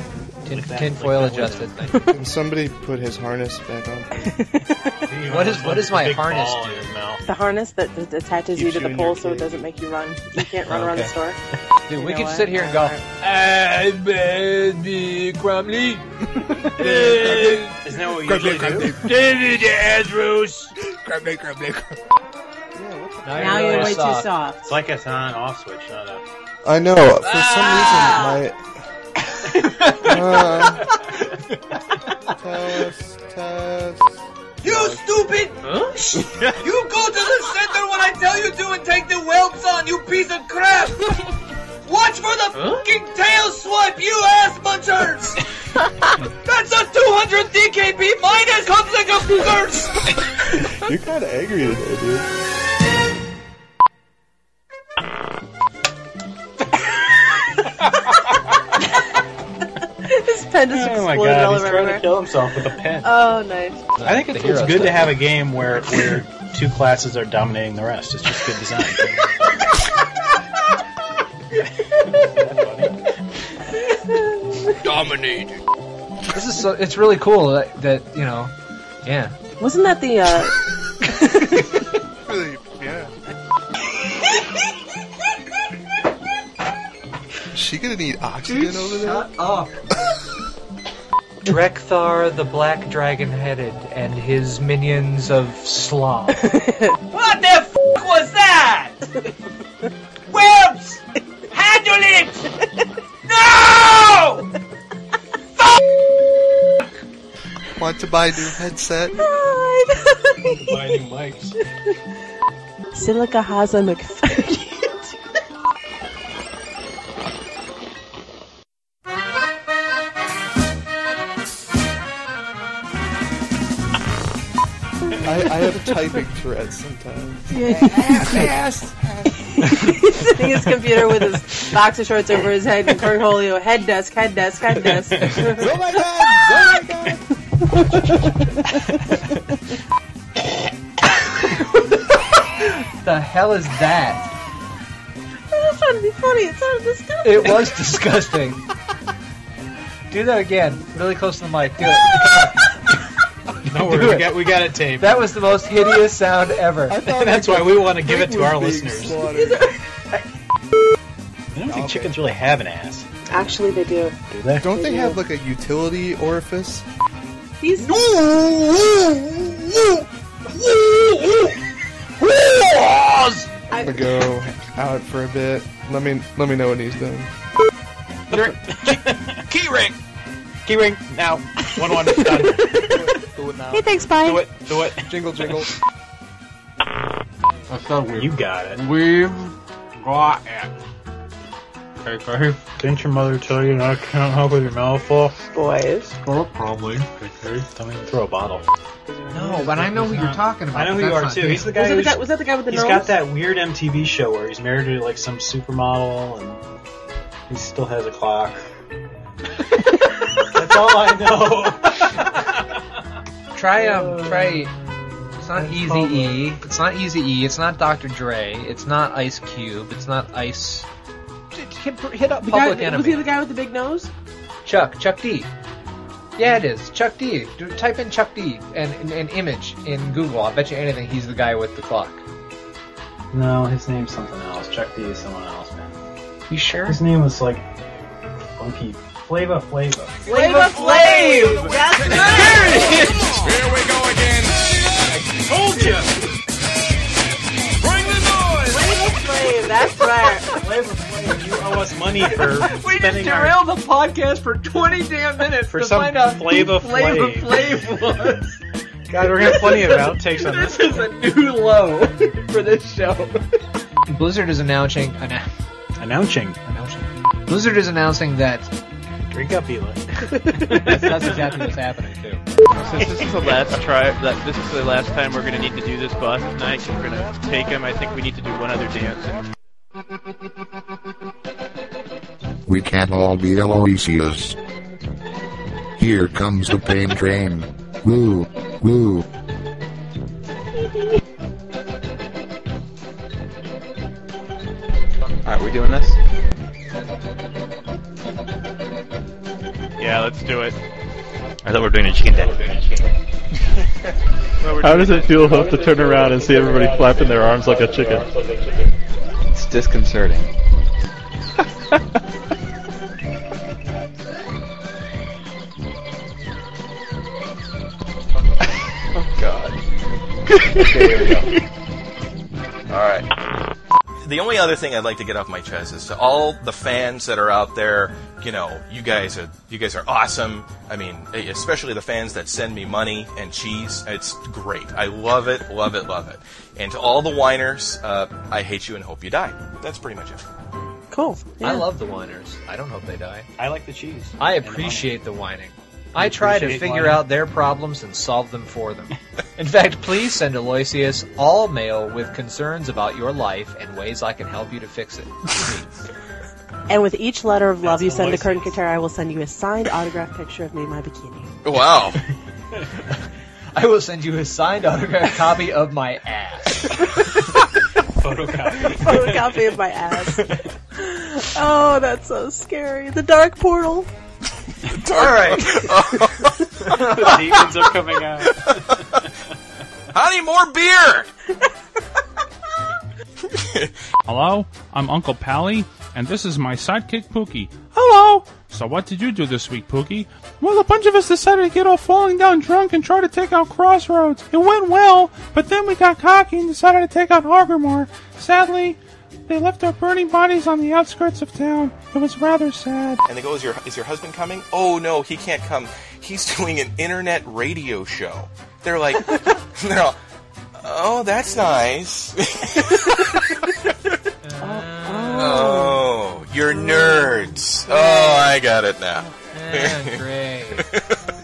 S1: Tin, tinfoil adjusted.
S14: Can somebody put his harness back on?
S1: What is what is my
S14: Big
S1: harness
S14: ball
S1: do?
S2: The harness that that attaches you
S1: Keeps
S2: to
S1: you
S2: the
S1: in
S2: pole
S1: your
S2: so it
S1: cage.
S2: doesn't make you run. You can't run around the
S1: Okay.
S2: store.
S1: Dude,
S2: You
S1: we
S2: know
S1: could
S2: what?
S1: sit here and go.
S2: *laughs*
S5: I bet the Crumley.
S3: Isn't that what
S5: you usually do? David Andrews.
S3: Crumley, crumley,
S28: Now you're you're really way too soft. soft.
S3: It's like it's on and off switch, not up.
S14: I know. For some reason, my. Uh,
S29: Test, test.
S4: You stupid! you go to the center when I tell you to and take the whelps on, you piece of crap! Watch for the fucking tail swipe, you ass munchers! That's a 200 DKP minus comes like a curse!
S14: you're kind of angry today, dude.
S2: His pen just
S3: Oh my
S2: exploded all
S3: god,
S2: over
S3: he's trying to
S2: everywhere.
S3: kill himself with a pen.
S2: *laughs* Oh, nice.
S3: I think it's,
S1: The hero
S3: it's good to
S1: stuff.
S3: have a game where where two classes are dominating the rest. It's just good design. *laughs*
S1: Dominated. This is so. It's really cool that, that you know. Yeah.
S2: Wasn't that the uh *laughs*
S1: *laughs*
S29: Really, yeah. she gonna need
S4: uh,
S29: oxygen over there?
S1: Shut up. Drekthar the Black Dragon Headed and his minions of
S3: *laughs*
S1: Slav.
S4: What the f was that? Whelps! Handle it! No!
S29: Want to buy a new headset?
S3: buy new mics.
S2: Silica Haza *laughs* McFergie?
S14: I, I have typing Tourette's sometimes.
S2: Yes. Hitting his computer with his boxer shorts over his head and portfolio. Head desk, head desk, head
S1: *laughs*
S2: desk. oh
S14: my
S2: god!
S1: the hell is that?
S2: That's trying to be funny. It sounded disgusting.
S1: It was disgusting. Do that again, really close to the mic. Do it.
S3: *laughs* Don't worry,
S1: Do
S3: we
S1: it.
S3: got we got it taped.
S1: That was the most hideous sound ever.
S3: *laughs* *laughs* That's why we want to give it to our listeners. I don't think
S14: Okay.
S3: chickens really have an ass.
S2: Actually, they do.
S3: Do they?
S14: Don't they
S2: They
S14: have
S2: do.
S14: like a utility orifice?
S2: These
S14: I'm gonna go out for a bit. Let me let me know when he's done.
S3: Key ring. Key ring now. One one. Done.
S14: Do it now.
S2: Hey, thanks, bye.
S3: Do it. Do it.
S14: Jingle jingle.
S3: You got it.
S6: We've got it.
S30: Sorry, Carter.
S3: Didn't your mother tell you not to count up with your mouth full?
S31: Boys.
S3: Well, probably. Okay, Tell me to throw a bottle.
S1: No, but I know who you're talking
S3: I know who you are too. He's the guy.
S2: Was that the
S3: who's,
S2: guy- was that the guy with the
S3: He's
S2: nose?
S3: got that weird MTV show where he's married to like some supermodel and he still has a clock. That's all I know.
S1: *laughs* Try um try. It's not Easy E. It's not Easy E. It's not Dr. Dre. It's not Ice Cube. It's not Ice
S2: Hit, hit up
S1: Public
S2: guy,
S1: Enemy.
S2: Was he the guy with the big nose?
S1: Chuck. Chuck D. Yeah, it is Chuck D. Do, type in Chuck D and an an image in Google. I bet you anything he's the guy with the clock.
S3: No, his name's something else. Chuck D is someone else, man.
S1: You sure?
S3: His name was like Funky Flava Flava.
S4: Flavor Flav! That's it! Here we go again. Told ya! Bring the noise! Flavor Flav, that's right. Flavor Flav, you
S3: owe us money for
S4: *laughs* We just
S3: spending our- *laughs*
S4: derailed the podcast for 20 damn minutes
S3: For
S4: to
S3: some
S4: find out
S3: Flavor
S4: who Flavor
S3: Flav.
S4: Flav was. *laughs*
S3: God, we're gonna have plenty
S14: *laughs*
S3: of outtakes on
S4: this. This is a new low *laughs* for this show.
S1: Blizzard is announcing an,
S3: announcing
S1: announcing. Blizzard is announcing that.
S3: Drink
S1: *laughs*
S3: up, Eli.
S1: that's, that's exactly what's happening too.
S5: Since this is the last try, that this is the last time we're gonna need to do this boss tonight. 'cause We're gonna take him. I think we need to do one other dance.
S32: We can't all be Aloysius. Here comes the pain train. Woo, woo.
S5: Alright, we doing this? Yeah, let's do it.
S7: I thought we were doing a chicken dance.
S14: How does it feel, Hoof, to turn around and see everybody flapping their arms like a chicken?
S7: It's disconcerting.
S27: Oh God. Okay, here we go. All right. The only other thing I'd like to get off my chest is to all the fans that are out there. You know, you guys are you guys are awesome. I mean, e, especially the fans that send me money and cheese. It's great. I love it, love it, love it. And to all the whiners, uh, I hate you and hope you die. That's pretty much it.
S1: Cool.
S27: yeah.
S1: I love the whiners. I don't hope they die.
S3: I like the cheese.
S1: I appreciate the whining. I try to
S3: uh, appreciate
S1: figure
S3: whining.
S1: out their problems and solve them for them. In fact, please send Aloysius all mail with concerns about your life and ways I can help you to fix it.
S2: And with each letter of love
S1: That's
S2: you send to
S1: Aloysius.
S2: Kern Katara, I will send you a signed autograph picture of me in my
S3: *laughs*
S2: bikini. *laughs*
S1: *laughs*
S27: Wow.
S1: I will send you a signed autographed copy of my ass. *laughs* Photocopy.
S2: Photocopy Oh, of my
S3: *laughs*
S2: ass. Oh, that's so scary. The dark
S4: *laughs*
S2: portal.
S27: All right.
S3: *laughs* the demons are coming out.
S27: *laughs* Honey, more beer.
S6: Hello, I'm Uncle Pally, and this is my sidekick Pookie. Hello! So what did you do this week, Pookie?
S14: Well, a bunch of us decided to get all falling down drunk and try to take out Crossroads. It went well, but then we got cocky and decided to take out Hargermore. Sadly, they left our burning bodies on the outskirts of town. It was rather sad.
S27: And they go, "Is your is your husband coming? Oh no, he can't come. He's *laughs* doing an internet radio show." They're like, *laughs* they're all, "Oh, that's nice." *laughs* oh, you're nerds. Oh, I got it now. *laughs*
S33: *laughs*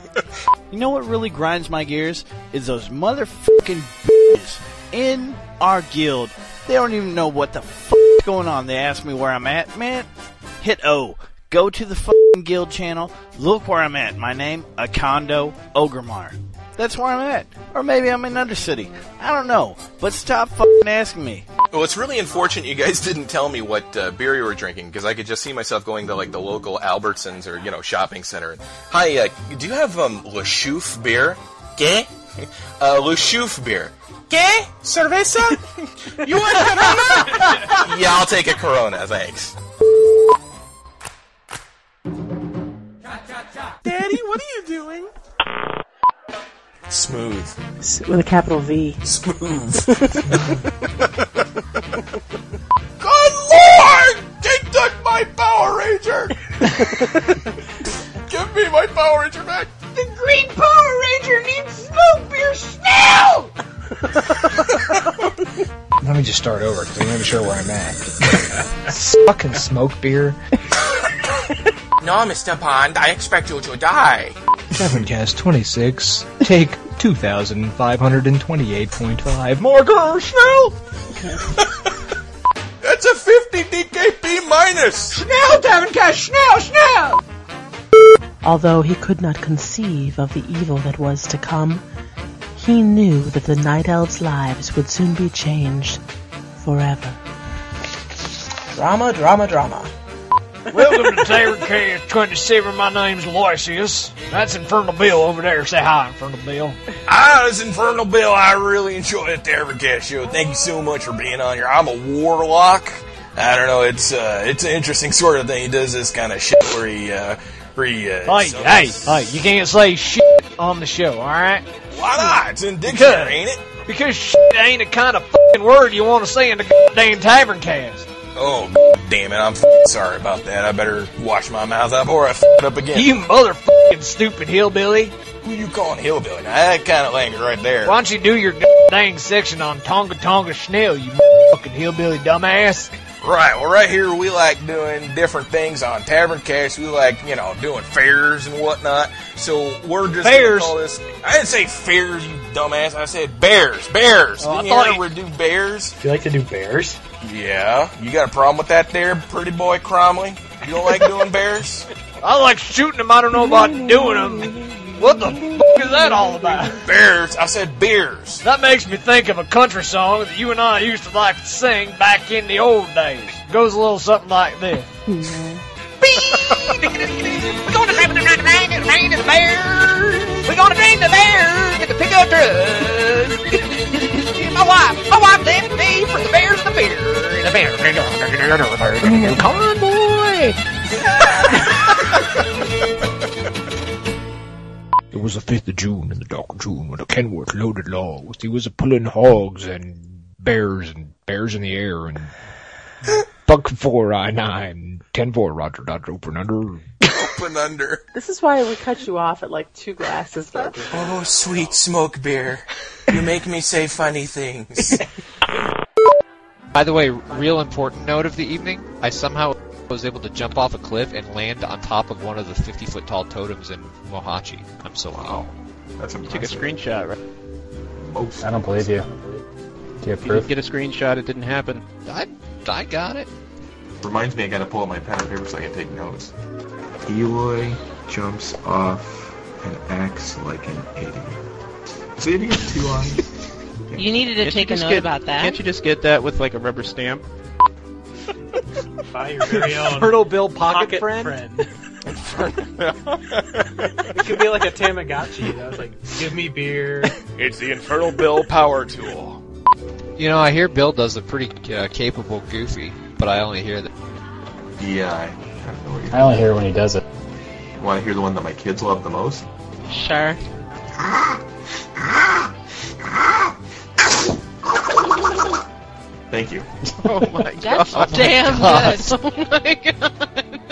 S33: You know what really grinds my gears is those motherfucking bitches in our guild. They don't even know what the fuck's going on. They ask me where I'm at, man. Hit O. Go to the fucking guild channel. Look where I'm at. My name, Akondo Ogremar. That's where I'm at. Or maybe I'm in Undercity. I don't know. But stop fucking asking me.
S27: Well, it's really unfortunate you guys didn't tell me what uh, beer you were drinking because I could just see myself going to like the local Albertsons or you know shopping center. Hi, uh, do you have um Le Chouf beer? Que? *laughs* Uh, Le Chouf beer. Que? Cerveza? you want Corona? *laughs* yeah, I'll take a Corona, thanks.
S33: Daddy, what are you doing?
S27: Smooth.
S2: With a capital V.
S4: Smooth.
S27: Good lord! They took my
S4: *laughs*
S27: Power Ranger! Give me my Power Ranger back!
S4: The Green Power Ranger needs smoke beer now!
S3: Let me
S34: to start over because I'm not even sure where I'm at. *laughs* Fucking smoke beer.
S35: No, Mr. Pond, I expect you to die.
S34: Sevencast 26, take 2,528.5 more Gershell!
S27: That's a 50 DKP minus!
S4: Schnell, Davencash! Schnell, schnell!
S2: *laughs* Although he could not conceive of the evil that was to come, he knew that the night elves' lives would soon be changed forever.
S1: Drama, drama, drama. Welcome to Tavercast 27. My name's Loisius. That's Infernal Bill over there. Say hi, Infernal Bill.
S27: Ah, this Infernal Bill, I really enjoyed it, Tavercast Show. Thank you so much for being on here. I'm a warlock. I don't know, it's uh, it's an interesting sort of thing. He does this kind of shit where he, uh, where he, uh,
S1: Hey,
S27: summons-
S1: hey, hey, you can't say shit on the show, alright?
S27: Why not? It's in
S1: Because-
S27: dictionary, ain't it?
S1: Because shit ain't the kind of fucking word you want to say in the goddamn tavern cast.
S27: Oh, g- damn it, I'm f- sorry about that. I better wash my mouth up or I f- it up again.
S1: You motherfucking stupid hillbilly.
S27: Who you calling hillbilly? Now, that kind of language right there.
S1: Why don't you do your goddamn section on Tonga Tonga Schnell, you motherfucking hillbilly dumbass?
S27: Right, well, right here we like doing different things on Tavern Cash. We like, you know, doing fairs and whatnot. So we're just gonna
S1: Fairs?
S27: call this. I didn't say fairs, you dumbass. I said bears, bears.
S3: Oh, I
S27: Didn't
S3: thought
S27: you
S3: you-
S27: ever do bears?
S3: Do you like to do bears?
S27: Yeah. You got a problem with that there, pretty boy Cromley? You don't like
S1: *laughs*
S27: doing bears?
S1: I like shooting them. I don't know about doing them. What the fuck is that all about?
S27: Bears. I said beers.
S1: That makes me think of a country song that you and I used to like to sing back in the old days. Goes a little something like this.
S4: We're gonna have the rain, rain, rain the bears. We're gonna rain the bears. Get the pickup truck. *laughs* my wife, my wife left me for the bears and the beer.
S1: The bear.
S4: Convoy.
S33: *laughs*
S12: It was the 5th of June in the dark of June when a Kenworth loaded logs. He was a pulling hogs and bears and bears in the air and buck four I nine ten four Roger Dodger open under.
S27: Open under.
S2: This is why I would cut you off at like two glasses. Though.
S27: Oh, sweet smoke beer. You make me say funny things.
S36: By the way, real important note of the evening, I somehow was able to jump off a cliff and land on top of one of the 50 foot tall totems in Mohachi. I'm so wow.
S5: That's you took a screenshot, right?
S3: I don't believe you. Do
S5: If
S3: you have
S5: you didn't
S3: proof?
S5: get a screenshot, it didn't happen.
S36: I, I got it.
S33: Reminds me I gotta pull out my pen and paper so I can take notes. Eloy jumps off and acts like an idiot. So you get two lines.
S37: You needed to
S5: Can't you
S37: take a
S5: just
S37: note
S5: get-
S37: about that.
S5: Can't you just get that with like a
S1: *laughs*
S5: rubber stamp?
S38: Buy
S5: your very own
S36: Fertile Bill pocket, friend.
S38: it could be like a Tamagotchi. That was like, give me beer.
S5: It's the Infernal Bill power tool.
S36: You know, I hear Bill does a pretty uh, capable goofy, but I only hear that.
S33: Yeah, I, I don't know what you're
S3: I only hear when he does it.
S33: You wanna hear the one that my kids love the most?
S37: Sure.
S33: Thank you.
S5: Oh
S37: *laughs*
S5: my
S37: That's
S5: god.
S27: *laughs*
S37: damn
S5: God.
S37: good. *laughs*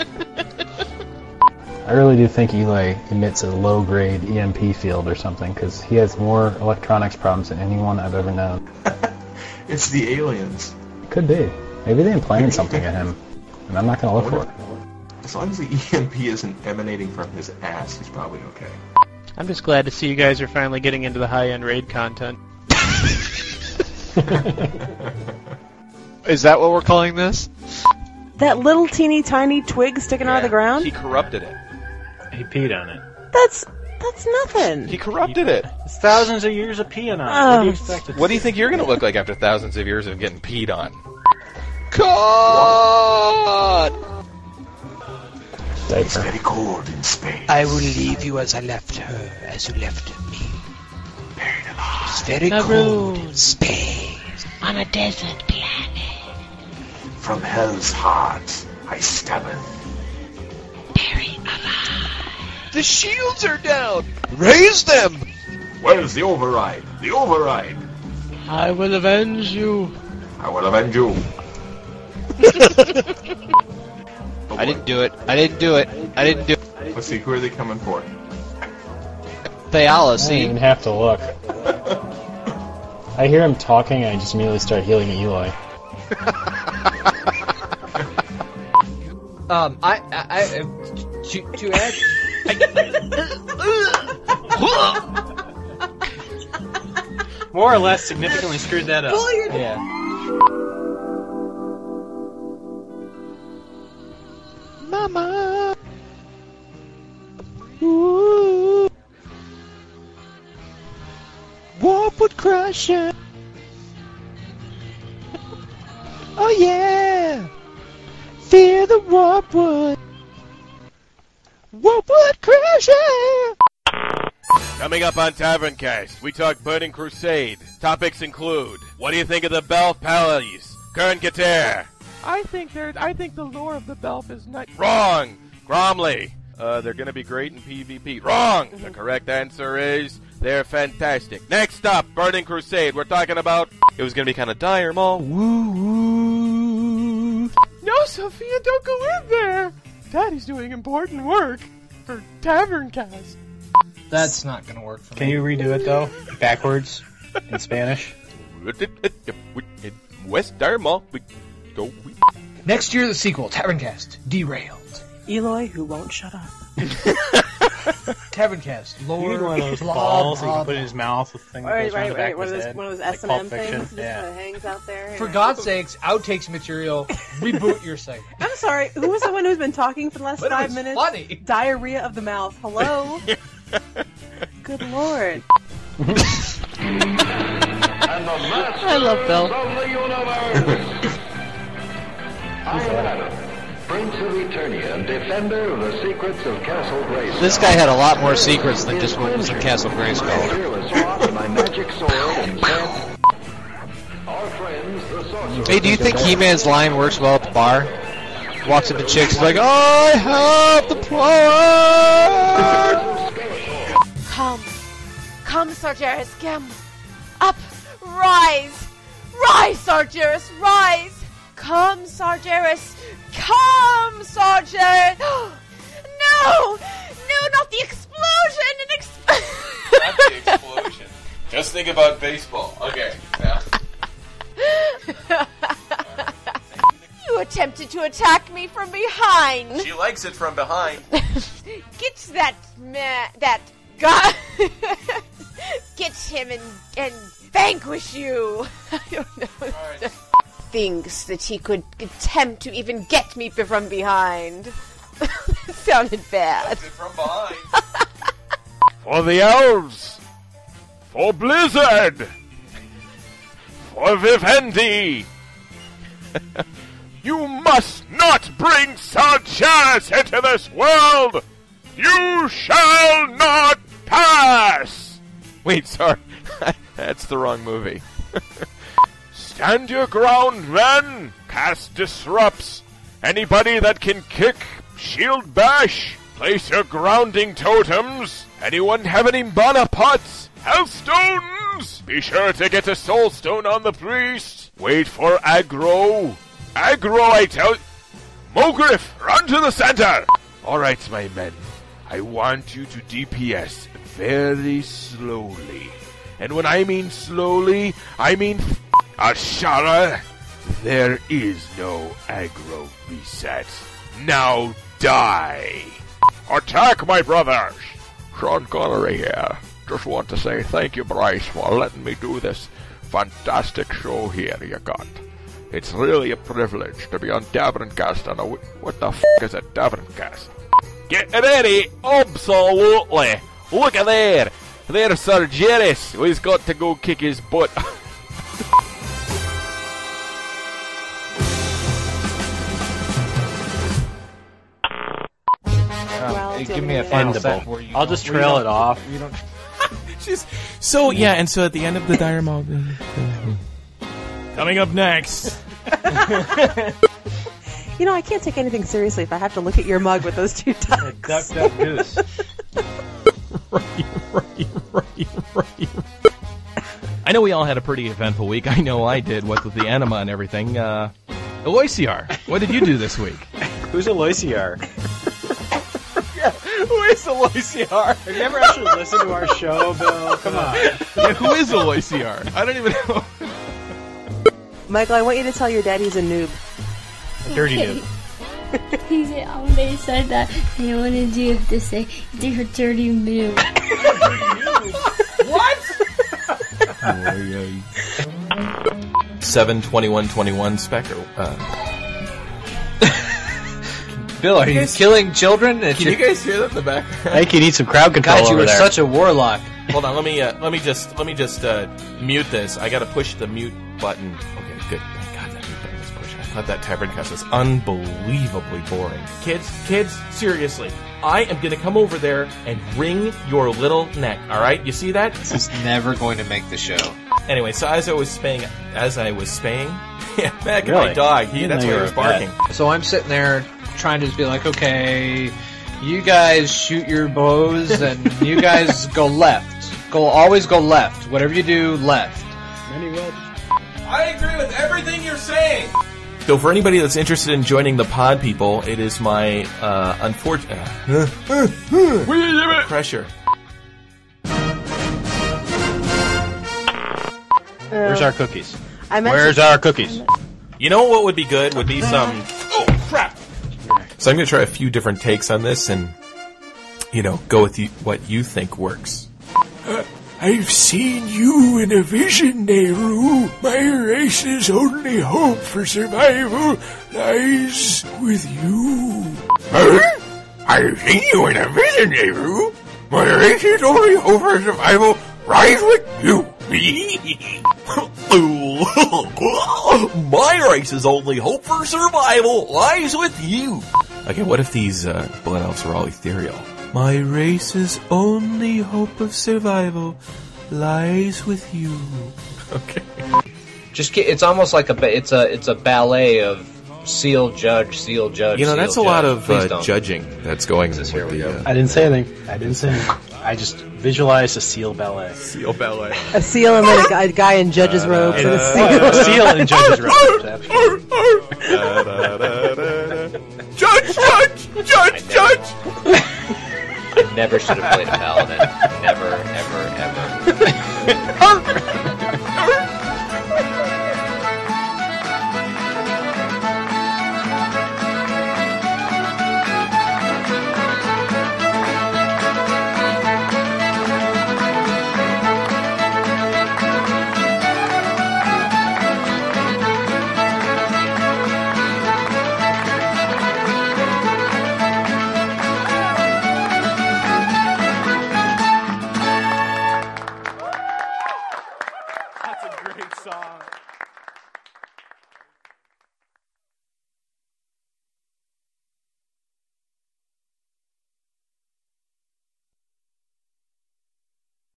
S37: Oh my god.
S3: I really do think Eli emits a low grade EMP field or something because he has more electronics problems than anyone I've ever *laughs* known.
S33: It's the aliens.
S3: Could be. Maybe they implanted something in him, and I'm not gonna look for it.
S33: As long as the EMP isn't emanating from his ass, he's probably okay.
S5: I'm just glad to see you guys are finally getting into the high-end raid content.
S36: *laughs* Is that what we're calling this?
S2: That little teeny tiny twig sticking out of the ground?
S27: corrupted it.
S3: He peed on it.
S2: That's that's nothing.
S27: He corrupted it.
S3: It's thousands of years of peeing
S27: Oh.
S3: on
S2: it. What do you
S3: expect?
S27: What do you think you're going to look like after thousands of years of getting peed on?
S36: God!
S33: It's very cold in space.
S39: I will leave you as I left her, as you left me. It's very cold in space.
S37: On a desert planet.
S33: From
S12: *laughs*
S33: hell's
S39: *laughs*
S33: heart, I stabbeth.
S36: The shields are down! Raise them!
S33: Where's the override? The override!
S36: I will avenge you.
S33: I will avenge you.
S36: I didn't do it. I didn't do it. I didn't do it.
S33: Let's see, who are they coming for?
S36: Theala, see?
S3: have to look.
S40: I hear him talking, and I just immediately start healing Eloy.
S41: Um, I, I, I uh, to, to add.
S3: More or less significantly screwed that up.
S41: Pull your-
S3: Yeah.
S4: Mama. Warp would crush it. Oh yeah. Fear the warp would. Warp would crush it.
S12: Coming up on Taverncast, we talk Burning Crusade. Topics include: What do you think of the Bell Pallies? Kern Kater.
S3: I think there. I think the lore of the Belf is not
S12: Wrong. Gromley. Uh, they're going to be great in PvP. Wrong. The correct answer is they're fantastic. Next up, Burning Crusade. We're talking about it was going to be kind of dire, Maul. Woo woo.
S3: No, Sophia, don't go in there. Daddy's doing important work for Tavern Cast.
S42: That's not gonna work for
S5: Can you redo it though, backwards in *laughs* Spanish?
S12: West dire Maul. We go.
S42: Next year, the sequel, Taverncast, Derailed.
S2: Eloy, who won't
S42: *laughs*
S2: shut up.
S42: Taverncast,
S43: You
S42: Lord.
S43: need one of those
S42: blah,
S43: balls that you
S42: blah,
S43: can put in his mouth with things
S2: Right,
S43: goes around
S2: right,
S43: the back
S2: right. One
S43: of
S2: of
S43: his
S2: those,
S43: head.
S2: one of those
S43: like
S2: S and
S43: Pulp
S2: M
S43: Fiction.
S2: things that
S43: Yeah.
S2: just hangs out there.
S42: For God's sakes, outtakes material, reboot your segment.
S2: I'm sorry. Who was the one who's been talking for the last
S42: But it
S2: five
S42: was
S2: minutes?
S42: funny.
S2: Diarrhea of the mouth. Hello. Good lord.
S44: I love Bill.
S45: Prince of Eternia, defender of the secrets of Castle Grayskull.
S1: This guy had a lot more secrets than just what was in Castle Grayskull.
S45: My magic sword and said, Our friends, the sorcerers.
S1: Hey, do you think He-Man's line works well at the bar? Walks up to chicks, he's like, "I have *laughs* the power."
S46: Come. Come, Sargeras, come. Up. Rise. Rise, Sargeras, rise. Come, Sargeras. Come, *gasps* Sargeras. No! No, not the explosion! An
S27: Explosion. Just think about baseball. Okay. Now.
S46: ex- *laughs* you attempted to attack me from behind.
S27: She likes it from behind.
S46: Get that man, that guy. *laughs* Get him and, and vanquish you. *laughs* I don't know. Thinks that he could attempt to even get me from behind. *laughs* Sounded bad.
S27: From behind.
S12: For the elves. For Blizzard. For Vivendi. *laughs* you must not bring Sargeras into this world. You shall not pass. Wait, sorry. *laughs* That's the wrong movie. Stand your ground, men! Cast disrupts! Anybody that can kick, shield bash! Place your grounding totems! Anyone have any mana pots? Hellstones! Be sure to get a soul stone on the priest! Wait for aggro! Aggro, I tell Mogriff, run to the center! Alright, my men. I want you to DPS very slowly. And when I mean slowly, I mean. F- Ashara, there is no aggro reset. Now die! Attack, my brothers!
S45: Sean Connery here. Just want to say thank you, Bryce, for letting me do this fantastic show here you got. It's really a privilege to be on Taverncast on a w- What the f*** is a Taverncast?
S12: Get ready! Absolutely! Look at there! There's Sir Jerris! He's got to go kick his butt. *laughs*
S5: Um, hey, give me a final set where you
S47: I'll
S5: don't-
S47: just
S5: where you
S47: trail
S5: don't-
S47: it
S5: *laughs*
S47: off.
S5: you don't-
S48: So yeah, and so at the end of the dire Maul- Coming *laughs* up next.
S2: *laughs* You know, I can't take anything seriously if I have to look at your mug with
S42: *laughs*
S2: those two ducks.
S43: Duck, duck,
S2: *laughs*
S43: goose. *laughs*
S27: I know we all had a pretty eventful week. I know I did, what with the enema and everything. Uh, Aloysiar, what did you do this week?
S5: Who's Aloysiar?
S3: Where's
S1: is Aloysiar? Have you ever actually listened to our show, Bill? Come on.
S5: yeah, who is Aloysiar? I don't even know.
S2: Michael, I want you to tell your dad he's a noob.
S5: Dirty
S4: Okay. *laughs* He said, oh, they said that they wanted you to say they're dirty move.
S49: What?
S27: Seven twenty one twenty one Spectre. Uh, *laughs*
S1: Bill, are you killing children?
S27: can
S1: *laughs*
S27: you guys hear that in the back?
S1: I could eat some crowd
S27: control
S1: God, you
S27: over
S1: are
S27: there.
S1: such a warlock.
S27: Hold on, let me uh, let me just let me just uh, mute this. I got to push the mute button. Okay, good. Thank God that mute button is pushed. I thought that tavern cuss was unbelievably boring. Kids, kids, seriously, I am gonna come over there and wring your little neck. All right, you see that? This is never going to make the show. Anyway, so as I was spaying, as I was spaying, *laughs* yeah, Mac and my
S1: Really?
S27: dog. He,
S1: Didn't
S27: that's
S1: know
S27: why he
S1: you were
S27: was
S1: a pet.
S27: barking.
S1: So I'm sitting there trying to just be like, okay, you guys shoot your bows and you guys go left. Go always go left. Whatever you do, left.
S27: I agree with everything you're saying. So, for anybody that's interested in joining the pod, people, it is my uh, unfortunate pressure.
S3: Where's
S2: Uh,
S3: our cookies?
S27: I'm
S3: Where's
S27: actually-
S3: our cookies?
S27: You know what would be good would be some. Oh crap! So I'm going to try a few different takes on this, and you know, go with you, what you think works.
S12: I've seen you in a vision, Nehru. My race's only hope for survival lies with you.
S50: I've seen you in a vision, Nehru. My race is only over survival. Rise with you.
S27: *laughs* My race's only hope for survival lies with you. Okay, what if these uh, blood elves were all ethereal?
S12: My race's only hope of survival lies with you.
S27: *laughs* Okay.
S1: Just ki- it's almost like a ba- it's a it's a ballet of seal judge seal judge.
S27: You know,
S1: seal,
S27: that's a
S1: judge.
S27: lot of
S1: Please
S27: uh,
S1: don't.
S27: judging that's going with the. Uh,
S3: I didn't say anything. I didn't say anything. I just visualized a seal ballet.
S27: Seal ballet.
S3: A seal
S2: and then a guy, guy in judge's robes. *laughs* and a seal.
S3: Uh, seal and
S2: *laughs*
S3: judge's robes.
S27: *laughs*
S50: Judge, judge, judge, judge.
S1: I never should have played a paladin. Never, ever, ever.
S49: That's a great song.